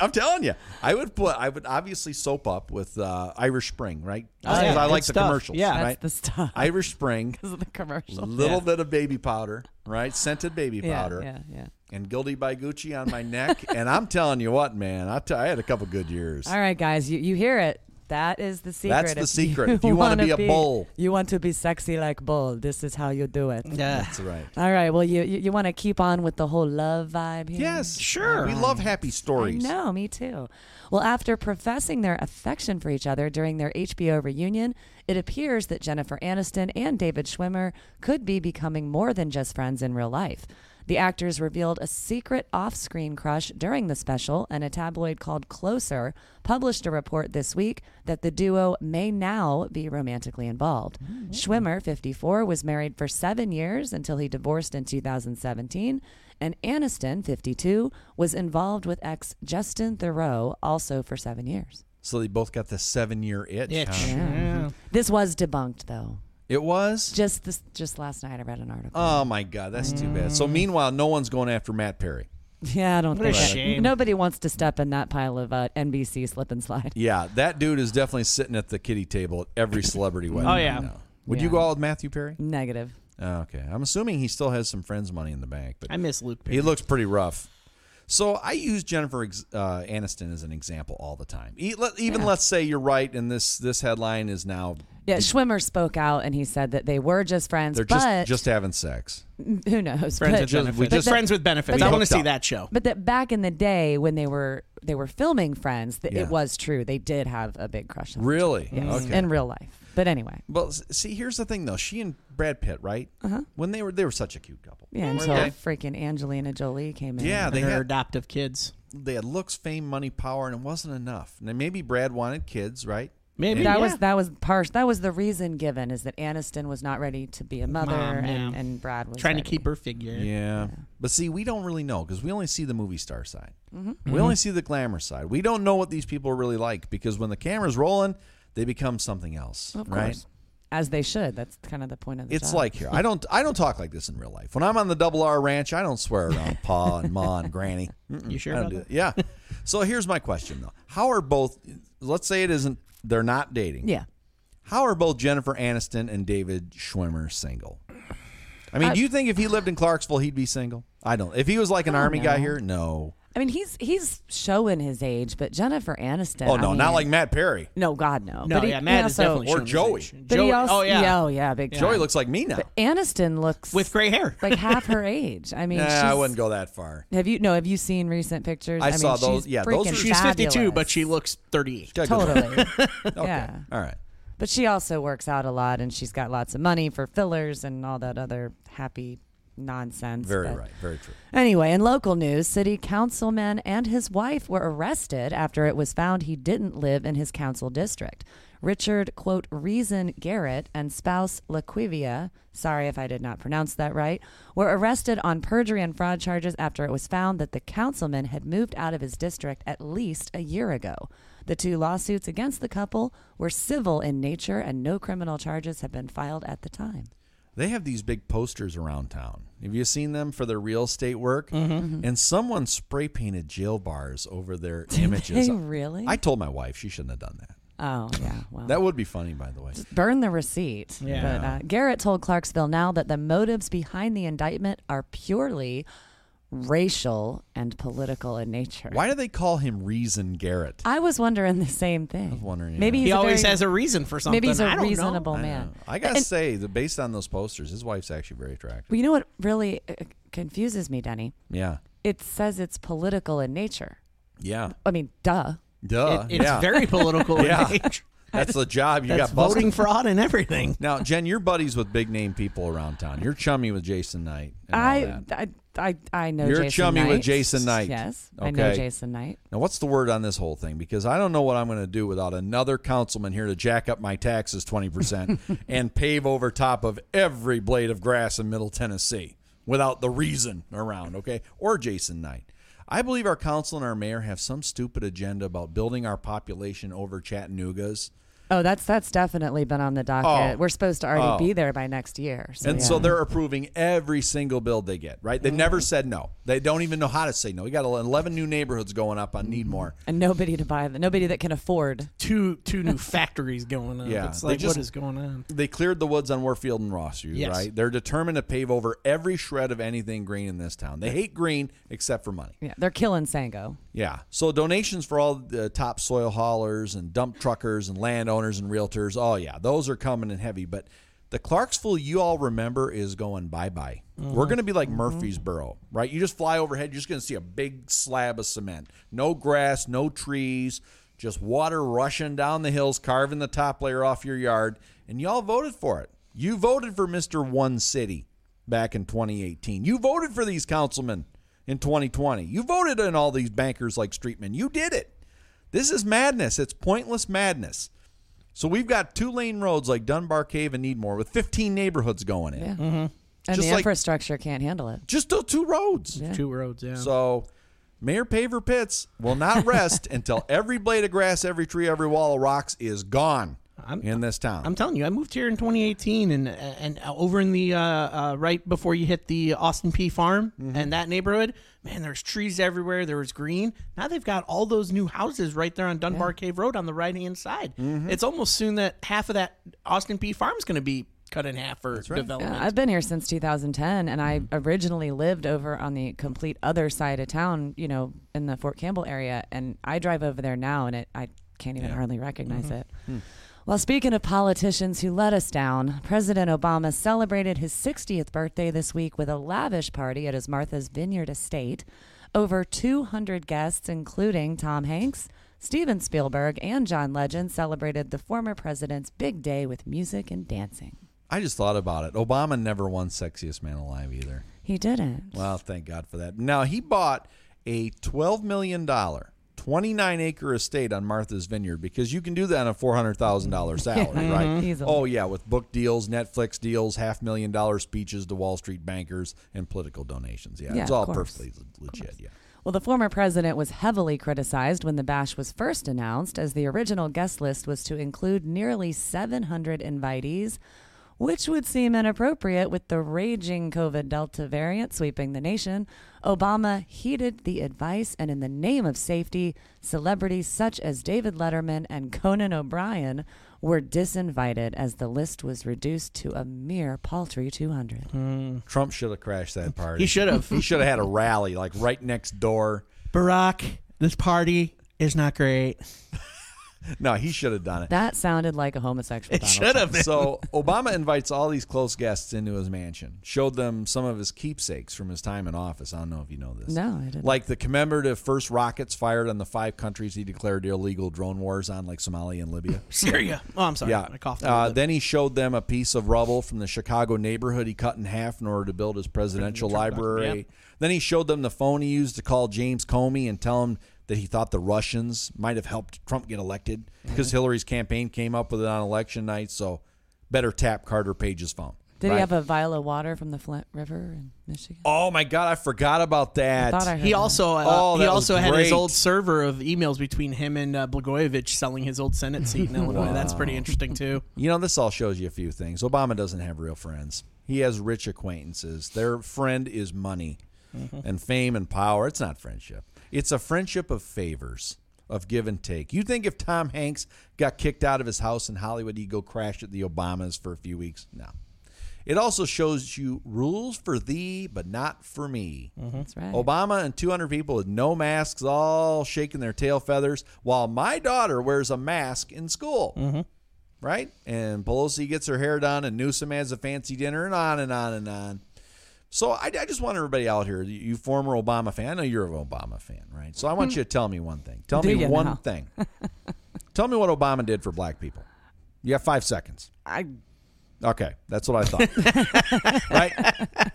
[SPEAKER 1] I'm telling you, I would put. I would obviously soap up with uh, Irish Spring, right?
[SPEAKER 3] Oh,
[SPEAKER 1] Because
[SPEAKER 3] yeah,
[SPEAKER 1] I
[SPEAKER 3] good
[SPEAKER 1] like the
[SPEAKER 3] stuff.
[SPEAKER 1] commercials.
[SPEAKER 3] Yeah.
[SPEAKER 2] That's
[SPEAKER 1] right?
[SPEAKER 2] the stuff.
[SPEAKER 1] Irish Spring,
[SPEAKER 2] Because of the commercial.
[SPEAKER 1] little bit of baby powder, right? Scented baby
[SPEAKER 2] yeah,
[SPEAKER 1] powder,
[SPEAKER 2] yeah, yeah.
[SPEAKER 1] and Guilty by Gucci on my neck. and I'm telling you what, man, I t- I had a couple good years.
[SPEAKER 2] All right, guys, you, you hear it. That is the secret.
[SPEAKER 1] That's the secret. If you wanna
[SPEAKER 2] wanna
[SPEAKER 1] be a bull.
[SPEAKER 2] you want to be sexy like bull. This is how you do it.
[SPEAKER 3] Yeah.
[SPEAKER 1] That's right.
[SPEAKER 2] All right. Well, you you, you want to keep on with the whole love vibe here.
[SPEAKER 1] Yes,
[SPEAKER 3] Sure.
[SPEAKER 1] We love happy
[SPEAKER 2] I
[SPEAKER 1] stories.
[SPEAKER 2] know, me too. Well, after professing their affection for each other during their HBO reunion, it appears that Jennifer Aniston and David Schwimmer could be becoming more than just friends in real life. The actors revealed a secret off screen crush during the special, and a tabloid called Closer published a report this week that the duo may now be romantically involved.
[SPEAKER 1] Mm-hmm.
[SPEAKER 2] Schwimmer, 54, was married for seven years until he divorced in 2017. And Aniston, 52, was involved with ex Justin Thoreau also for seven years.
[SPEAKER 1] So they both got the seven-year itch.
[SPEAKER 3] Itch.
[SPEAKER 1] huh?
[SPEAKER 3] Yeah.
[SPEAKER 2] This was debunked, though.
[SPEAKER 1] It was.
[SPEAKER 2] Just this, just last night, I read an article.
[SPEAKER 1] Oh my God, that's too bad.
[SPEAKER 2] Mm.
[SPEAKER 1] So meanwhile, no one's going after Matt Perry.
[SPEAKER 2] yeah, I don't
[SPEAKER 3] What a
[SPEAKER 2] think that-
[SPEAKER 3] shame.
[SPEAKER 2] nobody wants to step in that pile of uh, NBC slip and slide.
[SPEAKER 1] Yeah, that dude is definitely sitting at the kiddie table at every celebrity wedding.
[SPEAKER 3] Oh,
[SPEAKER 1] right
[SPEAKER 3] yeah.
[SPEAKER 1] now. Would you
[SPEAKER 2] Yeah.
[SPEAKER 1] go out with Matthew Perry?
[SPEAKER 2] Negative.
[SPEAKER 1] Oh, okay, I'm assuming he still has some friends' money in the bank, but
[SPEAKER 3] I miss Luke Perry.
[SPEAKER 1] He looks pretty rough. So I use Jennifer ex- uh, Aniston as an example all the time. E- let- Even let's say you're right, and this this headline is now
[SPEAKER 2] Yeah, Schwimmer spoke out and he said that they were just friends,
[SPEAKER 1] they're just
[SPEAKER 2] but
[SPEAKER 1] just having sex.
[SPEAKER 2] who knows?
[SPEAKER 3] Friends
[SPEAKER 2] but,
[SPEAKER 3] with
[SPEAKER 1] just-
[SPEAKER 3] benefits.
[SPEAKER 1] we just-
[SPEAKER 3] friends with benefits.
[SPEAKER 1] we
[SPEAKER 3] I want to
[SPEAKER 1] hooked
[SPEAKER 3] see
[SPEAKER 1] up.
[SPEAKER 3] that show.
[SPEAKER 2] But that back in the day when they were they were filming Friends, that
[SPEAKER 1] Yeah.
[SPEAKER 2] it was true. They did have a big crush on each
[SPEAKER 1] Really?
[SPEAKER 2] other. Yes,
[SPEAKER 1] Okay.
[SPEAKER 2] in real life. But anyway,
[SPEAKER 1] Well, s- see, here's the thing though. She and Brad Pitt, right? Uh-huh. When they were they were such a cute couple.
[SPEAKER 2] yeah,
[SPEAKER 1] weren't
[SPEAKER 2] until
[SPEAKER 1] they?
[SPEAKER 2] freaking Angelina Jolie came in.
[SPEAKER 1] Yeah, they
[SPEAKER 3] and her
[SPEAKER 1] had
[SPEAKER 3] adoptive kids.
[SPEAKER 1] they had looks, fame, money, power, and it wasn't enough. And then maybe Brad wanted kids, right?
[SPEAKER 3] Maybe.
[SPEAKER 2] that
[SPEAKER 3] yeah.
[SPEAKER 2] was that was part that was the reason given is that Aniston was not ready to be a mother
[SPEAKER 3] Mom,
[SPEAKER 2] and,
[SPEAKER 3] yeah.
[SPEAKER 2] and Brad was
[SPEAKER 3] trying
[SPEAKER 2] ready.
[SPEAKER 3] to keep her figure.
[SPEAKER 1] Yeah. But see, we don't really know because we only see the movie star side. We only see the glamour side. We don't know what these people are really like because when the camera's rolling, they become something else,
[SPEAKER 2] of
[SPEAKER 1] right?
[SPEAKER 2] course. As they should. That's kind of the point of the
[SPEAKER 1] It's
[SPEAKER 2] job.
[SPEAKER 1] like here. I don't I don't talk like this in real life. When I'm on the double R ranch, I don't swear around pa and ma and granny. Mm-mm,
[SPEAKER 3] You sure
[SPEAKER 1] I don't
[SPEAKER 3] about
[SPEAKER 1] do
[SPEAKER 3] that?
[SPEAKER 1] that. Yeah. So here's my question though. How are both let's say it isn't they're not dating.
[SPEAKER 2] Yeah.
[SPEAKER 1] How are both Jennifer Aniston and David Schwimmer single? I
[SPEAKER 2] Uh,
[SPEAKER 1] mean, do you think if he lived in Clarksville, he'd be single? I don't. If he was like an army guy here, no.
[SPEAKER 2] I mean he's he's showing his age, but Jennifer Aniston
[SPEAKER 1] Oh
[SPEAKER 2] I
[SPEAKER 1] no, not
[SPEAKER 2] mean-
[SPEAKER 1] like Matt Perry.
[SPEAKER 2] No, God no.
[SPEAKER 3] No,
[SPEAKER 2] but he,
[SPEAKER 3] yeah,
[SPEAKER 2] he
[SPEAKER 3] Matt is
[SPEAKER 2] also-
[SPEAKER 3] definitely
[SPEAKER 1] Or
[SPEAKER 3] showing his
[SPEAKER 1] Joey.
[SPEAKER 3] age.
[SPEAKER 2] But he
[SPEAKER 3] Joey-
[SPEAKER 2] also,
[SPEAKER 3] oh yeah,
[SPEAKER 2] oh yeah, big
[SPEAKER 1] Joey
[SPEAKER 2] time.
[SPEAKER 1] looks like me now.
[SPEAKER 2] Aniston looks
[SPEAKER 3] with gray hair.
[SPEAKER 2] like half her age. I mean,
[SPEAKER 1] nah,
[SPEAKER 2] she's,
[SPEAKER 1] I wouldn't go that far.
[SPEAKER 2] Have you no? Have you seen recent pictures?
[SPEAKER 1] I
[SPEAKER 2] mean,
[SPEAKER 1] saw those-
[SPEAKER 2] She's
[SPEAKER 1] yeah, those
[SPEAKER 2] freaking
[SPEAKER 1] are-
[SPEAKER 3] She's
[SPEAKER 2] fabulous.
[SPEAKER 3] 52, but she looks 38.
[SPEAKER 1] Got a good look.
[SPEAKER 2] totally.
[SPEAKER 1] Okay.
[SPEAKER 2] Yeah,
[SPEAKER 1] All right.
[SPEAKER 2] but she also works out a lot, and she's got lots of money for fillers and all that other happy nonsense.
[SPEAKER 1] Very
[SPEAKER 2] but-
[SPEAKER 1] right. Very true.
[SPEAKER 2] Anyway, in local news, city councilman and his wife were arrested after it was found he didn't live in his council district. Richard, quote, Reason Garrett and spouse Laquivia, sorry if I did not pronounce that right, were arrested on perjury and fraud charges after it was found that the councilman had moved out of his district at least a year ago. The two lawsuits against the couple were civil in nature and no criminal charges have been filed at the time.
[SPEAKER 1] They have these big posters around town. Have you seen them for their real estate work?
[SPEAKER 2] Mm-hmm.
[SPEAKER 1] And someone spray painted jail bars over their images.
[SPEAKER 2] they really?
[SPEAKER 1] I told my wife she shouldn't have done that.
[SPEAKER 2] Oh, yeah. Well,
[SPEAKER 1] That would be funny, by the way.
[SPEAKER 2] burn the receipt.
[SPEAKER 3] Yeah.
[SPEAKER 2] But, uh, Garrett told Clarksville Now that the motives behind the indictment are purely racial and political in nature.
[SPEAKER 1] Why do they call him Reason Garrett?
[SPEAKER 2] I was wondering the same thing.
[SPEAKER 1] wondering,
[SPEAKER 2] Maybe
[SPEAKER 1] yeah.
[SPEAKER 2] he's
[SPEAKER 3] He
[SPEAKER 2] a
[SPEAKER 3] always
[SPEAKER 2] very-
[SPEAKER 3] has a reason for something.
[SPEAKER 2] maybe he's
[SPEAKER 3] I
[SPEAKER 2] a
[SPEAKER 3] don't know.
[SPEAKER 2] reasonable man.
[SPEAKER 1] I gotta
[SPEAKER 2] And-
[SPEAKER 1] say that based on those posters, his wife's actually very attractive.
[SPEAKER 2] Well, you know what really uh, confuses me, Denny?
[SPEAKER 1] Yeah,
[SPEAKER 2] It says it's political in nature.
[SPEAKER 1] yeah,
[SPEAKER 2] I mean, duh.
[SPEAKER 1] duh.
[SPEAKER 3] It- it's
[SPEAKER 1] yeah.
[SPEAKER 3] very political.
[SPEAKER 1] Yeah.
[SPEAKER 3] in nature.
[SPEAKER 1] That's the job you
[SPEAKER 3] That's
[SPEAKER 1] got busted.
[SPEAKER 3] voting fraud and everything.
[SPEAKER 1] Now, Jen, you're buddies with big name people around town. You're chummy with Jason Knight. and all
[SPEAKER 2] I,
[SPEAKER 1] that.
[SPEAKER 2] I I I know.
[SPEAKER 1] You're
[SPEAKER 2] Jason
[SPEAKER 1] chummy with
[SPEAKER 2] Knight.
[SPEAKER 1] Jason Knight.
[SPEAKER 2] Yes, I know
[SPEAKER 1] Okay.
[SPEAKER 2] Jason Knight.
[SPEAKER 1] Now, what's the word on this whole thing? Because I don't know what I'm going to do without another councilman here to jack up my taxes 20% and pave over top of every blade of grass in Middle Tennessee without the reason around, okay? Or Jason Knight. I believe our council and our mayor have some stupid agenda about building our population over Chattanooga's.
[SPEAKER 2] Oh, that's that's definitely been on the docket.
[SPEAKER 1] Oh.
[SPEAKER 2] We're supposed to already
[SPEAKER 1] Oh.
[SPEAKER 2] be there by next year. So,
[SPEAKER 1] And
[SPEAKER 2] yeah.
[SPEAKER 1] so they're approving every single build they get, right? They've never said no. They don't even know how to say no. We got 11 new neighborhoods going up on Needmore.
[SPEAKER 2] and nobody to buy them. Nobody that can afford.
[SPEAKER 3] Two two new factories going on.
[SPEAKER 1] Yeah,
[SPEAKER 3] it's
[SPEAKER 1] they
[SPEAKER 3] like
[SPEAKER 1] just-
[SPEAKER 3] what is going on?
[SPEAKER 1] they cleared the woods on Warfield and Rossview,
[SPEAKER 3] Yes.
[SPEAKER 1] right? They're determined to pave over every shred of anything green in this town. They hate green except for money.
[SPEAKER 2] Yeah, they're killing Sango.
[SPEAKER 1] Yeah. So donations for all the top soil haulers and dump truckers and landowners and realtors. Oh yeah, those are coming in heavy. But the Clarksville you all remember is going bye bye. We're going to be like Murfreesboro, right? You just fly overhead, you're just going to see a big slab of cement, no grass, no trees, just water rushing down the hills, carving the top layer off your yard. And y'all voted for it. You voted for Mister One City back in 2018. You voted for these councilmen in 2020. You voted on all these bankers like Streetman. You did it. This is madness. It's pointless madness. So we've got two lane roads like Dunbar Cave and Needmore with 15 neighborhoods going in.
[SPEAKER 2] Yeah. And
[SPEAKER 1] Just
[SPEAKER 2] the
[SPEAKER 1] like-
[SPEAKER 2] infrastructure can't handle it.
[SPEAKER 1] Just those two roads.
[SPEAKER 3] Two roads. Yeah.
[SPEAKER 1] So Mayor Paver Pitts will not rest until every blade of grass, every tree, every wall of rocks is gone
[SPEAKER 3] I'm-
[SPEAKER 1] in this town.
[SPEAKER 3] I'm telling you, I moved here in 2018, and and over in the uh, uh, right before you hit the Austin P Farm
[SPEAKER 1] Mm-hmm.
[SPEAKER 3] and that neighborhood, man, there's trees everywhere. There was green. Now they've got all those new houses right there on Dunbar Cave Road on the right hand side.
[SPEAKER 1] Mm-hmm.
[SPEAKER 3] It's almost soon that half of that Austin P Farm's going to be cut in half for development.
[SPEAKER 2] Yeah, Uh, I've been here since 2010, and I originally lived over on the complete other side of town, you know, in the Fort Campbell area. And I drive over there now, and it I can't even hardly recognize it. Well, speaking of politicians who let us down, President Obama celebrated his 60th birthday this week with a lavish party at his Martha's Vineyard estate. Over 200 guests, including Tom Hanks, Steven Spielberg, and John Legend, celebrated the former president's big day with music and dancing.
[SPEAKER 1] I just thought about it. Obama never won Sexiest Man Alive either.
[SPEAKER 2] He didn't.
[SPEAKER 1] Well, thank God for that. Now he bought a twelve million dollar, twenty nine acre estate on Martha's Vineyard because you can do that on a four hundred thousand dollar salary,
[SPEAKER 2] Yeah,
[SPEAKER 1] right?
[SPEAKER 2] Mhm, easily.
[SPEAKER 1] Oh yeah, with book deals, Netflix deals, half million dollar speeches to Wall Street bankers, and political donations. Yeah,
[SPEAKER 2] Yeah,
[SPEAKER 1] it's
[SPEAKER 2] of
[SPEAKER 1] all
[SPEAKER 2] course.
[SPEAKER 1] perfectly le- legit. Yeah.
[SPEAKER 2] Well, the former president was heavily criticized when the bash was first announced, as the original guest list was to include nearly 700 invitees, which would seem inappropriate with the raging COVID Delta variant sweeping the nation. Obama heeded the advice, and in the name of safety, celebrities such as David Letterman and Conan O'Brien were disinvited as the list was reduced to a mere paltry 200.
[SPEAKER 1] Trump should have crashed that party.
[SPEAKER 3] He should have.
[SPEAKER 1] He should have had a rally like right next door.
[SPEAKER 3] Barack, this party is not great.
[SPEAKER 1] No, he should have done it.
[SPEAKER 2] That sounded like a homosexual. Donald
[SPEAKER 3] Should have been.
[SPEAKER 1] So Obama invites all these close guests into his mansion, showed them some of his keepsakes from his time in office. I don't know if you know this.
[SPEAKER 2] No, I didn't.
[SPEAKER 1] Like the commemorative first rockets fired on the five countries he declared illegal drone wars on, like Somalia and Libya.
[SPEAKER 3] Syria. Oh, I'm sorry.
[SPEAKER 1] Yeah.
[SPEAKER 3] I coughed. a little
[SPEAKER 1] Uh,
[SPEAKER 3] bit.
[SPEAKER 1] then he showed them a piece of rubble from the Chicago neighborhood he cut in half in order to build his presidential library. Then he showed them the phone he used to call James Comey and tell him that he thought the Russians might have helped Trump get elected
[SPEAKER 3] Mm-hmm.
[SPEAKER 1] because Hillary's campaign came up with it on election night. So better tap Carter Page's phone.
[SPEAKER 2] Did
[SPEAKER 1] right?
[SPEAKER 2] he have a vial of water from the Flint River in Michigan?
[SPEAKER 1] Oh my God, I forgot about that.
[SPEAKER 2] Thought I heard
[SPEAKER 3] He
[SPEAKER 2] that.
[SPEAKER 3] also uh,
[SPEAKER 1] Oh,
[SPEAKER 3] he
[SPEAKER 1] that was
[SPEAKER 3] also had his
[SPEAKER 1] great.
[SPEAKER 3] old server of emails between him and uh, Blagojevich selling his old Senate seat in Illinois. That's pretty interesting too.
[SPEAKER 1] You know, this all shows you a few things. Obama doesn't have real friends. He has rich acquaintances. Their friend is money and fame and power. It's not friendship. It's a friendship of favors, of give and take. You think if Tom Hanks got kicked out of his house in Hollywood, he'd go crash at the Obamas for a few weeks? No. It also shows you rules for thee, but not for me.
[SPEAKER 2] That's right.
[SPEAKER 3] Oh,
[SPEAKER 1] Obama and 200 people with no masks all shaking their tail feathers while my daughter wears a mask in school.
[SPEAKER 2] Mm-hmm.
[SPEAKER 1] Right? And Pelosi gets her hair done and Newsom has a fancy dinner and on and on and on. So I, I just want everybody out here, you you former Obama fan, I know you're an Obama fan, right? So I want you to tell me one thing. Tell
[SPEAKER 2] Hmm. Do
[SPEAKER 1] me
[SPEAKER 2] you
[SPEAKER 1] one
[SPEAKER 2] now?
[SPEAKER 1] thing. tell me what Obama did for black people. You have five seconds.
[SPEAKER 2] I,
[SPEAKER 1] Okay, that's what I thought. right? I,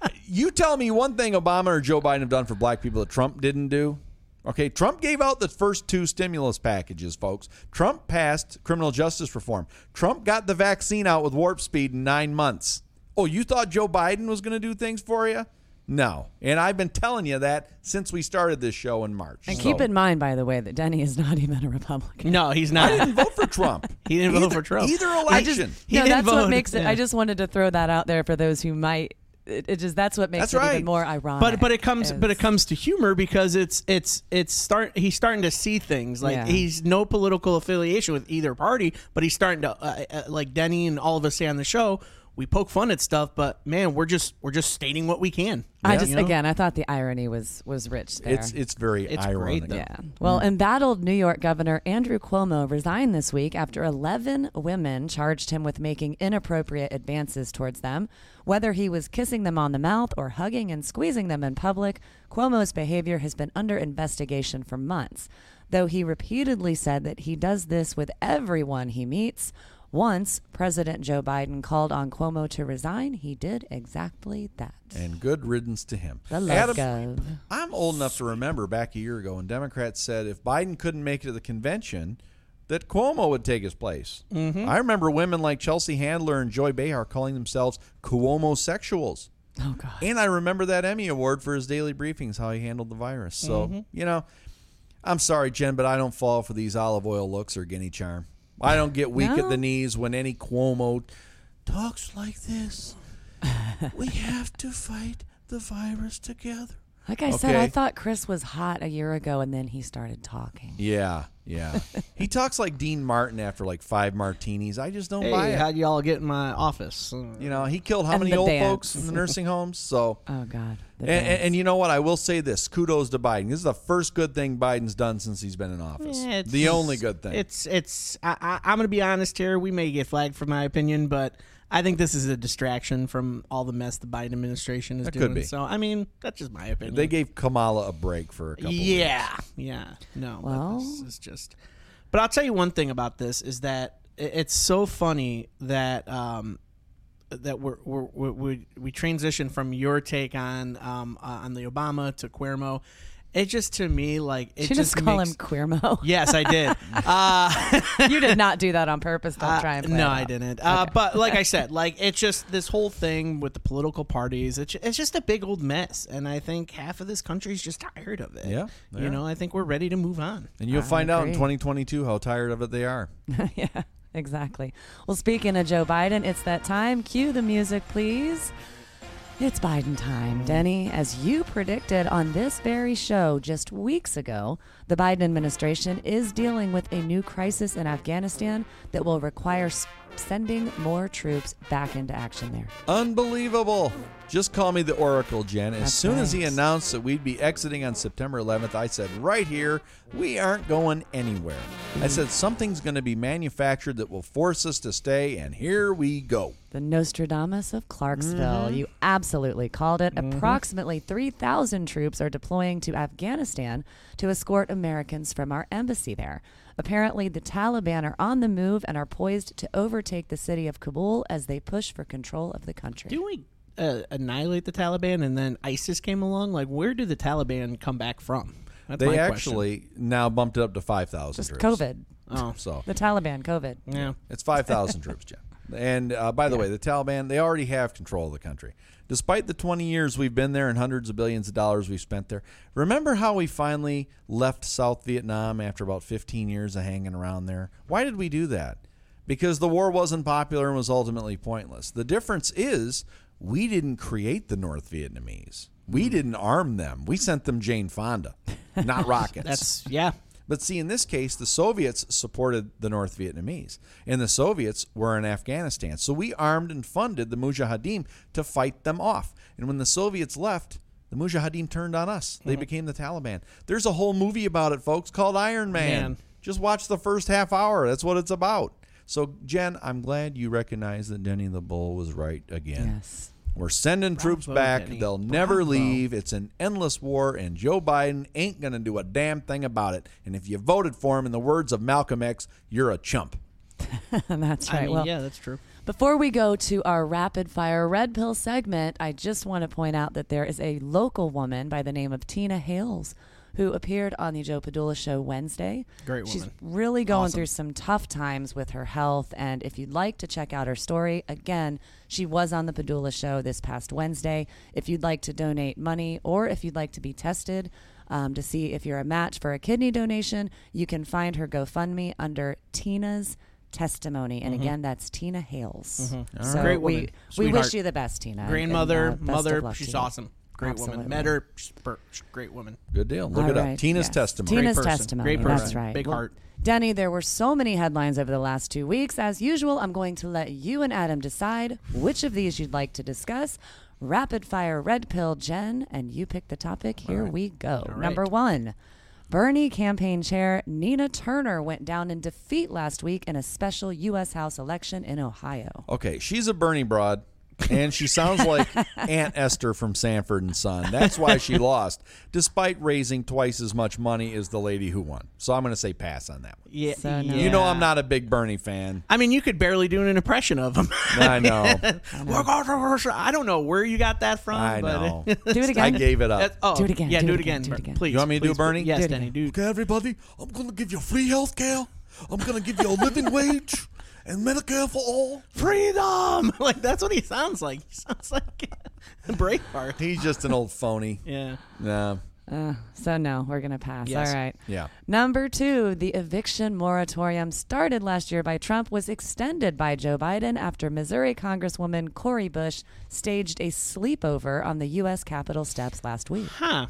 [SPEAKER 1] I, you tell me one thing Obama or Joe Biden have done for black people that Trump didn't do. Okay, Trump gave out the first two stimulus packages, folks. Trump passed criminal justice reform. Trump got the vaccine out with warp speed in nine months. Oh, you thought Joe Biden was going to do things for you? No. And I've been telling you that since we started this show in March.
[SPEAKER 2] and keep
[SPEAKER 1] So-
[SPEAKER 2] in mind, by the way, that Denny is not even a Republican.
[SPEAKER 3] No, he's
[SPEAKER 1] I
[SPEAKER 3] not.
[SPEAKER 1] didn't vote for Trump.
[SPEAKER 3] He didn't vote
[SPEAKER 1] Either-
[SPEAKER 3] for Trump.
[SPEAKER 1] Either election.
[SPEAKER 3] I just- He
[SPEAKER 2] no,
[SPEAKER 3] didn't
[SPEAKER 2] that's
[SPEAKER 3] vote.
[SPEAKER 2] what makes it.
[SPEAKER 3] Yeah.
[SPEAKER 2] I just wanted to throw that out there for those who might. It, it just that's what makes
[SPEAKER 1] That's
[SPEAKER 2] it
[SPEAKER 1] right.
[SPEAKER 2] even more ironic.
[SPEAKER 3] but but it comes but
[SPEAKER 2] is-
[SPEAKER 3] it comes to humor because it's it's it's start he's starting to see things like
[SPEAKER 2] Yeah.
[SPEAKER 3] he's no political affiliation with either party but he's starting to uh, uh, like Denny and all of us say on the show we poke fun at stuff but man we're just we're just stating what we can
[SPEAKER 2] I
[SPEAKER 3] You
[SPEAKER 2] just
[SPEAKER 3] know?
[SPEAKER 2] again, I thought the irony was was rich there.
[SPEAKER 1] It's it's very
[SPEAKER 3] It's great,
[SPEAKER 1] ironic.
[SPEAKER 3] though.
[SPEAKER 2] Yeah. Well, and that old New York Governor Andrew Cuomo resigned this week after 11 women charged him with making inappropriate advances towards them. Whether he was kissing them on the mouth or hugging and squeezing them in public, Cuomo's behavior has been under investigation for months, though he repeatedly said that he does this with everyone he meets. Once President Joe Biden called on Cuomo to resign, he did exactly that.
[SPEAKER 1] and good riddance to him.
[SPEAKER 2] The
[SPEAKER 1] Adam,
[SPEAKER 2] love gov.
[SPEAKER 1] I'm old enough to remember back a year ago when Democrats said if Biden couldn't make it to the convention, that Cuomo would take his place. I remember women like Chelsea Handler and Joy Behar calling themselves Cuomo-sexuals.
[SPEAKER 2] Oh, God.
[SPEAKER 1] And I remember that Emmy Award for his daily briefings, how he handled the virus. So, you know, I'm sorry, Jen, but I don't fall for these olive oil looks or guinea charm. I don't get weak at
[SPEAKER 2] No.
[SPEAKER 1] the knees when any Cuomo talks like this. we have to fight the virus together.
[SPEAKER 2] Like I said, I
[SPEAKER 1] Okay.
[SPEAKER 2] thought Chris was hot a year ago, and then he started talking.
[SPEAKER 1] Yeah, yeah. he talks like Dean Martin after like five martinis. I just don't buy
[SPEAKER 3] hey
[SPEAKER 1] it.
[SPEAKER 3] how'd y'all get in my office
[SPEAKER 1] you know, he killed how
[SPEAKER 2] And
[SPEAKER 1] many
[SPEAKER 2] the
[SPEAKER 1] old
[SPEAKER 2] dance.
[SPEAKER 1] folks in the nursing homes? So.
[SPEAKER 2] Oh God! the
[SPEAKER 1] And, and,
[SPEAKER 2] dance.
[SPEAKER 1] and you know what? I will say this: kudos to Biden. This is the first good thing Biden's done since he's been in office.
[SPEAKER 3] Yeah, it's-
[SPEAKER 1] the only good thing.
[SPEAKER 3] It's it's. I, I, I'm gonna be honest here. We may get flagged for my opinion, but I think this is a distraction from all the mess the Biden administration is
[SPEAKER 1] That could
[SPEAKER 3] doing.
[SPEAKER 1] be.
[SPEAKER 3] So I mean, that's just my opinion.
[SPEAKER 1] they gave Kamala a break for a couple. weeks.
[SPEAKER 3] yeah, yeah. No, but
[SPEAKER 2] Well-
[SPEAKER 3] this is just. But I'll tell you one thing about this is that i- it's so funny that um, that we're, we're, we we we transition from your take on um, uh, on the Obama to Cuermo. It just to me like it
[SPEAKER 2] Should just, call
[SPEAKER 3] makes,
[SPEAKER 2] him Queermo.
[SPEAKER 3] Yes, I did. uh,
[SPEAKER 2] you did not do that on purpose. Don't try and play
[SPEAKER 3] no,
[SPEAKER 2] it
[SPEAKER 3] I
[SPEAKER 2] up.
[SPEAKER 3] didn't. Uh, but like I said, like it's just this whole thing with the political parties. It's, it's just a big old mess, and I think half of this country is just tired of it.
[SPEAKER 1] Yeah, they
[SPEAKER 3] you
[SPEAKER 1] are.
[SPEAKER 3] know, I think we're ready to move on.
[SPEAKER 1] and you'll find out in
[SPEAKER 2] agree.
[SPEAKER 1] 2022 how tired of it they are.
[SPEAKER 2] yeah, exactly. Well, speaking of Joe Biden, it's that time. Cue the music, please. It's Biden time. Denny, as you predicted on this very show just weeks ago, the Biden administration is dealing with a new crisis in Afghanistan that will require s- sending more troops back into action there.
[SPEAKER 1] Unbelievable. Just call me the Oracle, Jen. As
[SPEAKER 2] That's
[SPEAKER 1] soon as he
[SPEAKER 2] right.
[SPEAKER 1] announced that we'd be exiting on September 11th, I said, right here, we aren't going anywhere. I said, something's going to be manufactured that will force us to stay, and here we go.
[SPEAKER 2] The Nostradamus of Clarksville. You absolutely called it. Approximately 3,000 troops are deploying to Afghanistan to escort Americans from our embassy there. Apparently, the Taliban are on the move and are poised to overtake the city of Kabul as they push for control of the country.
[SPEAKER 3] Do we uh, annihilate the Taliban and then ISIS came along? Like, where did the Taliban come back from? That's my
[SPEAKER 1] They
[SPEAKER 3] question.
[SPEAKER 1] actually now bumped it up to 5,000
[SPEAKER 2] Just
[SPEAKER 1] troops.
[SPEAKER 2] COVID.
[SPEAKER 3] Oh,
[SPEAKER 1] So
[SPEAKER 2] The Taliban, COVID.
[SPEAKER 3] yeah.
[SPEAKER 1] It's 5,000 troops, Jen. And uh, by the way, the Taliban, they already have control of the country. Despite the 20 years we've been there and hundreds of billions of dollars we've spent there, remember how we finally left South Vietnam after about 15 years of hanging around there? Why did we do that? Because the war wasn't popular and was ultimately pointless. The difference is we didn't create the North Vietnamese. We didn't arm them. We sent them Jane Fonda, not rockets.
[SPEAKER 3] That's yeah.
[SPEAKER 1] But see, in this case, the Soviets supported the North Vietnamese, and the Soviets were in Afghanistan. So we armed and funded the Mujahideen to fight them off. And when the Soviets left, the Mujahideen turned on us. They became the Taliban. There's a whole movie about it, folks, called Iron Man.
[SPEAKER 3] Man.
[SPEAKER 1] Just watch the first half hour. That's what it's about. So, Jen, I'm glad you recognize that Denny the Bull was right again.
[SPEAKER 2] Yes.
[SPEAKER 1] We're sending troops
[SPEAKER 3] Bravo,
[SPEAKER 1] back.
[SPEAKER 3] Denny.
[SPEAKER 1] They'll never leave. It's an endless war, and Joe Biden ain't going to do a damn thing about it. And if you voted for him, in the words of Malcolm X, you're a chump.
[SPEAKER 2] And that's right.
[SPEAKER 3] I mean,
[SPEAKER 2] well,
[SPEAKER 3] yeah, that's true.
[SPEAKER 2] Before we go to our rapid fire red pill segment, I just want to point out that there is a local woman by the name of Tina Hales who appeared on the Joe Padula show Wednesday.
[SPEAKER 3] Great
[SPEAKER 2] She's
[SPEAKER 3] woman.
[SPEAKER 2] really going through some tough times with her health. And if you'd like to check out her story, again, she was on the Padula show this past Wednesday. If you'd like to donate money or if you'd like to be tested um, to see if you're a match for a kidney donation, you can find her GoFundMe under Tina's testimony.
[SPEAKER 3] Mm-hmm.
[SPEAKER 2] And again, that's Tina Hales. So
[SPEAKER 3] Great
[SPEAKER 2] we,
[SPEAKER 3] woman.
[SPEAKER 2] we wish
[SPEAKER 3] Sweetheart.
[SPEAKER 2] you the best, Tina. and, uh,
[SPEAKER 3] Grandmother,
[SPEAKER 2] best of
[SPEAKER 3] mother,
[SPEAKER 2] luck to
[SPEAKER 3] she's
[SPEAKER 2] you.
[SPEAKER 3] awesome. Great
[SPEAKER 2] Absolutely.
[SPEAKER 3] woman. Met her. She's per- she's a great woman.
[SPEAKER 1] Good deal. Look
[SPEAKER 2] All
[SPEAKER 1] it up.
[SPEAKER 2] right,
[SPEAKER 1] Tina's
[SPEAKER 2] yes.
[SPEAKER 1] testimony.
[SPEAKER 2] Tina's
[SPEAKER 3] person.
[SPEAKER 2] testimony.
[SPEAKER 3] Great
[SPEAKER 2] That's
[SPEAKER 3] person.
[SPEAKER 2] right.
[SPEAKER 3] Big heart.
[SPEAKER 2] Denny, there were so many headlines over the last two weeks. As usual, I'm going to let you and Adam decide which of these you'd like to discuss. Rapid fire red pill, Jen, and you pick the topic. Here we go. Number one. Bernie campaign chair Nina Turner went down in defeat last week in a special U.S. House election in Ohio.
[SPEAKER 1] Okay, she's a Bernie broad, and she sounds like Aunt Esther from Sanford and Son. That's why she lost, despite raising twice as much money as the lady who won. So I'm going to say pass on that one.
[SPEAKER 3] Yeah,
[SPEAKER 2] So no.
[SPEAKER 1] You know, I'm not a big Bernie fan.
[SPEAKER 3] I mean, you could barely do an impression of him.
[SPEAKER 1] I know.
[SPEAKER 3] I don't know where you got that from.
[SPEAKER 1] I
[SPEAKER 3] but,
[SPEAKER 1] know.
[SPEAKER 2] Do it
[SPEAKER 1] I
[SPEAKER 2] again.
[SPEAKER 1] gave it
[SPEAKER 3] That's-
[SPEAKER 1] up.
[SPEAKER 3] oh,
[SPEAKER 2] Do it again,
[SPEAKER 3] Yeah,
[SPEAKER 2] do
[SPEAKER 3] do
[SPEAKER 2] it
[SPEAKER 3] it
[SPEAKER 2] again,
[SPEAKER 3] again.
[SPEAKER 2] do it again.
[SPEAKER 3] Please.
[SPEAKER 1] You want me to do a
[SPEAKER 3] please,
[SPEAKER 1] Bernie?
[SPEAKER 3] Yes,
[SPEAKER 2] Do it
[SPEAKER 3] Denny. Do
[SPEAKER 1] Okay, everybody, I'm going to give you free health care. I'm going to give you a living wage and Medicare for all.
[SPEAKER 3] freedom. Like that's what he sounds like. He sounds like a Braveheart.
[SPEAKER 1] He's just an old phony.
[SPEAKER 3] Yeah.
[SPEAKER 1] Nah.
[SPEAKER 2] So no, we're gonna pass.
[SPEAKER 3] Yes.
[SPEAKER 2] All right.
[SPEAKER 1] Yeah.
[SPEAKER 2] Number two, the eviction moratorium started last year by Trump was extended by Joe Biden after Missouri Congresswoman Cori Bush staged a sleepover on the U.S. Capitol steps last week.
[SPEAKER 3] Huh.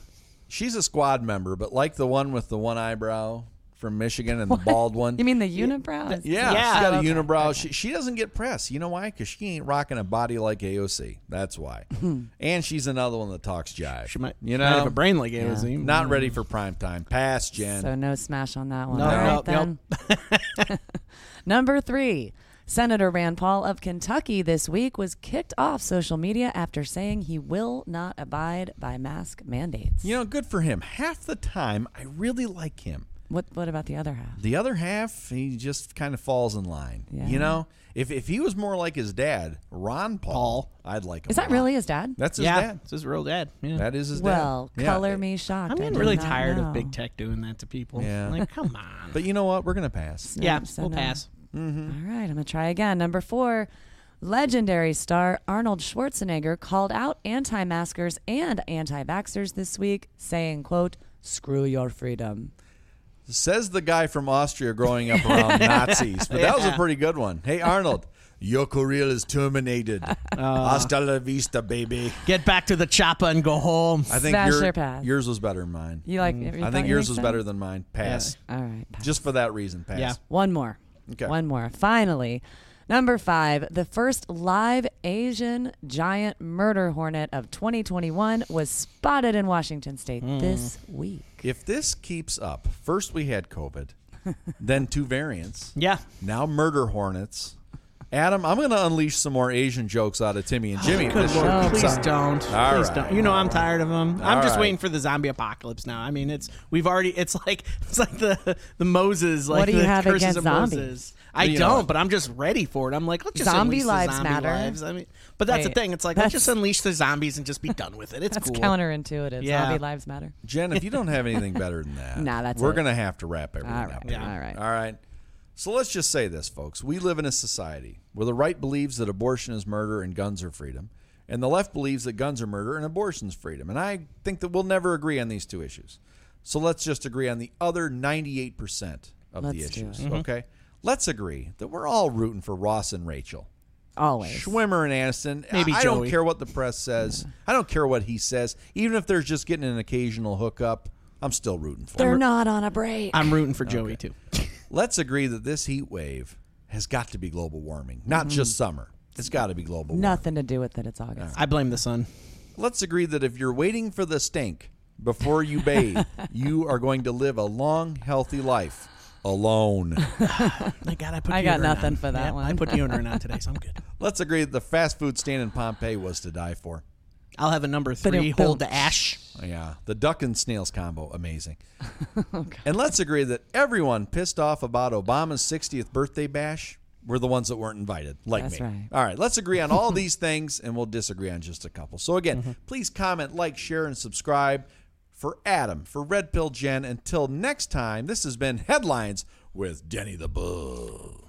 [SPEAKER 1] She's a squad member, but like the one with the one eyebrow from Michigan and the bald one.
[SPEAKER 2] You mean the unibrow?
[SPEAKER 1] Yeah,
[SPEAKER 3] Yeah.
[SPEAKER 1] she's got a
[SPEAKER 2] Okay,
[SPEAKER 1] unibrow. She, she doesn't get press. You know why? Because she ain't rocking a body like AOC. That's why. and she's another one that talks jive.
[SPEAKER 3] She might.
[SPEAKER 1] you
[SPEAKER 3] might have
[SPEAKER 1] know,
[SPEAKER 3] a brain like it was. even-
[SPEAKER 1] not ready for prime time. Pass, Jen.
[SPEAKER 2] So no smash on that one.
[SPEAKER 3] No,
[SPEAKER 2] All right
[SPEAKER 3] nope,
[SPEAKER 2] then. Number three. Senator Rand Paul of Kentucky this week was kicked off social media after saying he will not abide by mask mandates.
[SPEAKER 1] you know, good for him. Half the time, I really like him.
[SPEAKER 2] What what about the other half?
[SPEAKER 1] The other half, he just kind of falls in line. You know, if if he was more like his dad, Ron Paul, I'd like him.
[SPEAKER 2] Is
[SPEAKER 1] a lot.
[SPEAKER 2] that really his dad?
[SPEAKER 1] That's his
[SPEAKER 3] Yeah.
[SPEAKER 1] dad.
[SPEAKER 3] It's his real dad. Yeah.
[SPEAKER 1] That is his
[SPEAKER 2] well,
[SPEAKER 1] dad. Yeah.
[SPEAKER 2] color me shocked. I
[SPEAKER 3] I'm getting
[SPEAKER 2] did
[SPEAKER 3] really
[SPEAKER 2] not
[SPEAKER 3] tired
[SPEAKER 2] know.
[SPEAKER 3] of big tech doing that to people.
[SPEAKER 1] Yeah.
[SPEAKER 3] Like, come on.
[SPEAKER 1] But you know what? We're gonna pass.
[SPEAKER 3] yeah,
[SPEAKER 2] so
[SPEAKER 3] we'll
[SPEAKER 2] no.
[SPEAKER 3] pass.
[SPEAKER 1] Mm-hmm.
[SPEAKER 2] All right, I'm gonna try again. Number four, legendary star Arnold Schwarzenegger called out anti-maskers and anti-vaxxers this week, saying, "quote Screw your freedom."
[SPEAKER 1] Says the guy from Austria growing up around Nazis. But that was a pretty good one. Hey, Arnold, your career is terminated.
[SPEAKER 2] Uh.
[SPEAKER 1] Hasta la vista, baby.
[SPEAKER 3] Get back to the chopper and go home.
[SPEAKER 1] I think
[SPEAKER 2] Smash
[SPEAKER 1] your-
[SPEAKER 2] your pass.
[SPEAKER 1] yours was better than mine.
[SPEAKER 2] You like? you
[SPEAKER 1] Mm-hmm. I
[SPEAKER 2] thought
[SPEAKER 1] think
[SPEAKER 2] you
[SPEAKER 1] yours was
[SPEAKER 2] so?
[SPEAKER 1] better than mine. Pass.
[SPEAKER 2] All right, pass.
[SPEAKER 1] Just for that reason, pass.
[SPEAKER 3] Yeah.
[SPEAKER 2] One more.
[SPEAKER 1] Okay.
[SPEAKER 2] One more. Finally, number five, the first live Asian giant murder hornet of 2021 was spotted in Washington State
[SPEAKER 1] Mm.
[SPEAKER 2] this week.
[SPEAKER 1] If this keeps up, first we had COVID, then two variants.
[SPEAKER 3] Yeah.
[SPEAKER 1] Now murder hornets. Adam, I'm going to unleash some more Asian jokes out of Timmy and Jimmy. if
[SPEAKER 3] Oh, Good
[SPEAKER 1] this
[SPEAKER 3] Lord,
[SPEAKER 1] shit keeps
[SPEAKER 3] please
[SPEAKER 1] up.
[SPEAKER 3] don't.
[SPEAKER 1] All
[SPEAKER 3] please
[SPEAKER 1] right.
[SPEAKER 3] don't. You know I'm tired of them. I'm
[SPEAKER 1] All
[SPEAKER 3] just
[SPEAKER 1] right.
[SPEAKER 3] waiting for the zombie apocalypse now. I mean, it's we've already. It's like it's like the the Moses. Like
[SPEAKER 2] What do you
[SPEAKER 3] the
[SPEAKER 2] have
[SPEAKER 3] curses
[SPEAKER 2] against
[SPEAKER 3] of
[SPEAKER 2] zombies?
[SPEAKER 3] Moses. I
[SPEAKER 1] You know
[SPEAKER 3] don't,
[SPEAKER 1] what?
[SPEAKER 3] but I'm just ready for it. I'm like, let's just
[SPEAKER 2] Zombie
[SPEAKER 3] unleash the
[SPEAKER 2] lives
[SPEAKER 3] zombie
[SPEAKER 2] matter?
[SPEAKER 3] Lives. I mean, but that's
[SPEAKER 2] Wait,
[SPEAKER 3] the thing. It's like
[SPEAKER 2] that's-
[SPEAKER 3] let's just unleash the zombies and just be done with it. It's
[SPEAKER 2] That's
[SPEAKER 3] cool.
[SPEAKER 2] counterintuitive.
[SPEAKER 3] Yeah.
[SPEAKER 2] Zombie lives matter.
[SPEAKER 1] Jen, if you don't have anything better than that,
[SPEAKER 2] Nah, that's
[SPEAKER 1] we're
[SPEAKER 2] it.
[SPEAKER 1] going to have to wrap everything
[SPEAKER 2] All
[SPEAKER 1] up.
[SPEAKER 2] right.
[SPEAKER 1] here.
[SPEAKER 2] All right.
[SPEAKER 1] All right. So let's just say this, folks. We live in a society where the right believes that abortion is murder and guns are freedom, and the left believes that guns are murder and abortion is freedom. And I think that we'll never agree on these two issues. So let's just agree on the other 98% of the
[SPEAKER 2] Let's do Mm-hmm.
[SPEAKER 1] issues. Okay? Let's agree that we're all rooting for Ross and Rachel.
[SPEAKER 2] Always.
[SPEAKER 1] Schwimmer and Aniston.
[SPEAKER 3] Maybe
[SPEAKER 1] I, I don't
[SPEAKER 3] Joey.
[SPEAKER 1] care what the press says. I don't care what he says. Even if they're just getting an occasional hookup, I'm still rooting for.
[SPEAKER 2] They're
[SPEAKER 1] him.
[SPEAKER 2] not on a break.
[SPEAKER 3] I'm rooting for Joey too.
[SPEAKER 1] Let's agree that this heat wave has got to be global warming, not just summer. It's got to be global warming.
[SPEAKER 2] Nothing to do with it. It's August.
[SPEAKER 3] I blame the sun.
[SPEAKER 1] Let's agree that if you're waiting for the stink before you bathe, you are going to live a long, healthy life alone.
[SPEAKER 3] My God, I put.
[SPEAKER 2] I got
[SPEAKER 3] deodorant
[SPEAKER 2] nothing
[SPEAKER 3] on.
[SPEAKER 2] for that
[SPEAKER 3] Yeah, I
[SPEAKER 2] one.
[SPEAKER 3] put deodorant on today, so I'm good.
[SPEAKER 1] Let's agree that the fast food stand in Pompeii was to die for.
[SPEAKER 3] I'll have a number three.
[SPEAKER 2] Ba-dum-bum.
[SPEAKER 3] Hold the ash.
[SPEAKER 1] Yeah, the duck and snails combo, amazing.
[SPEAKER 2] Oh,
[SPEAKER 1] and let's agree that everyone pissed off about Obama's 60th birthday bash were the ones that weren't invited, like
[SPEAKER 2] That's
[SPEAKER 1] me.
[SPEAKER 2] right.
[SPEAKER 1] All right, let's agree on all these things, and we'll disagree on just a couple. So again,
[SPEAKER 2] Mm-hmm.
[SPEAKER 1] please comment, like, share, and subscribe for Adam, for Red Pill Jen. Until next time, this has been Headlines with Denny the Bull.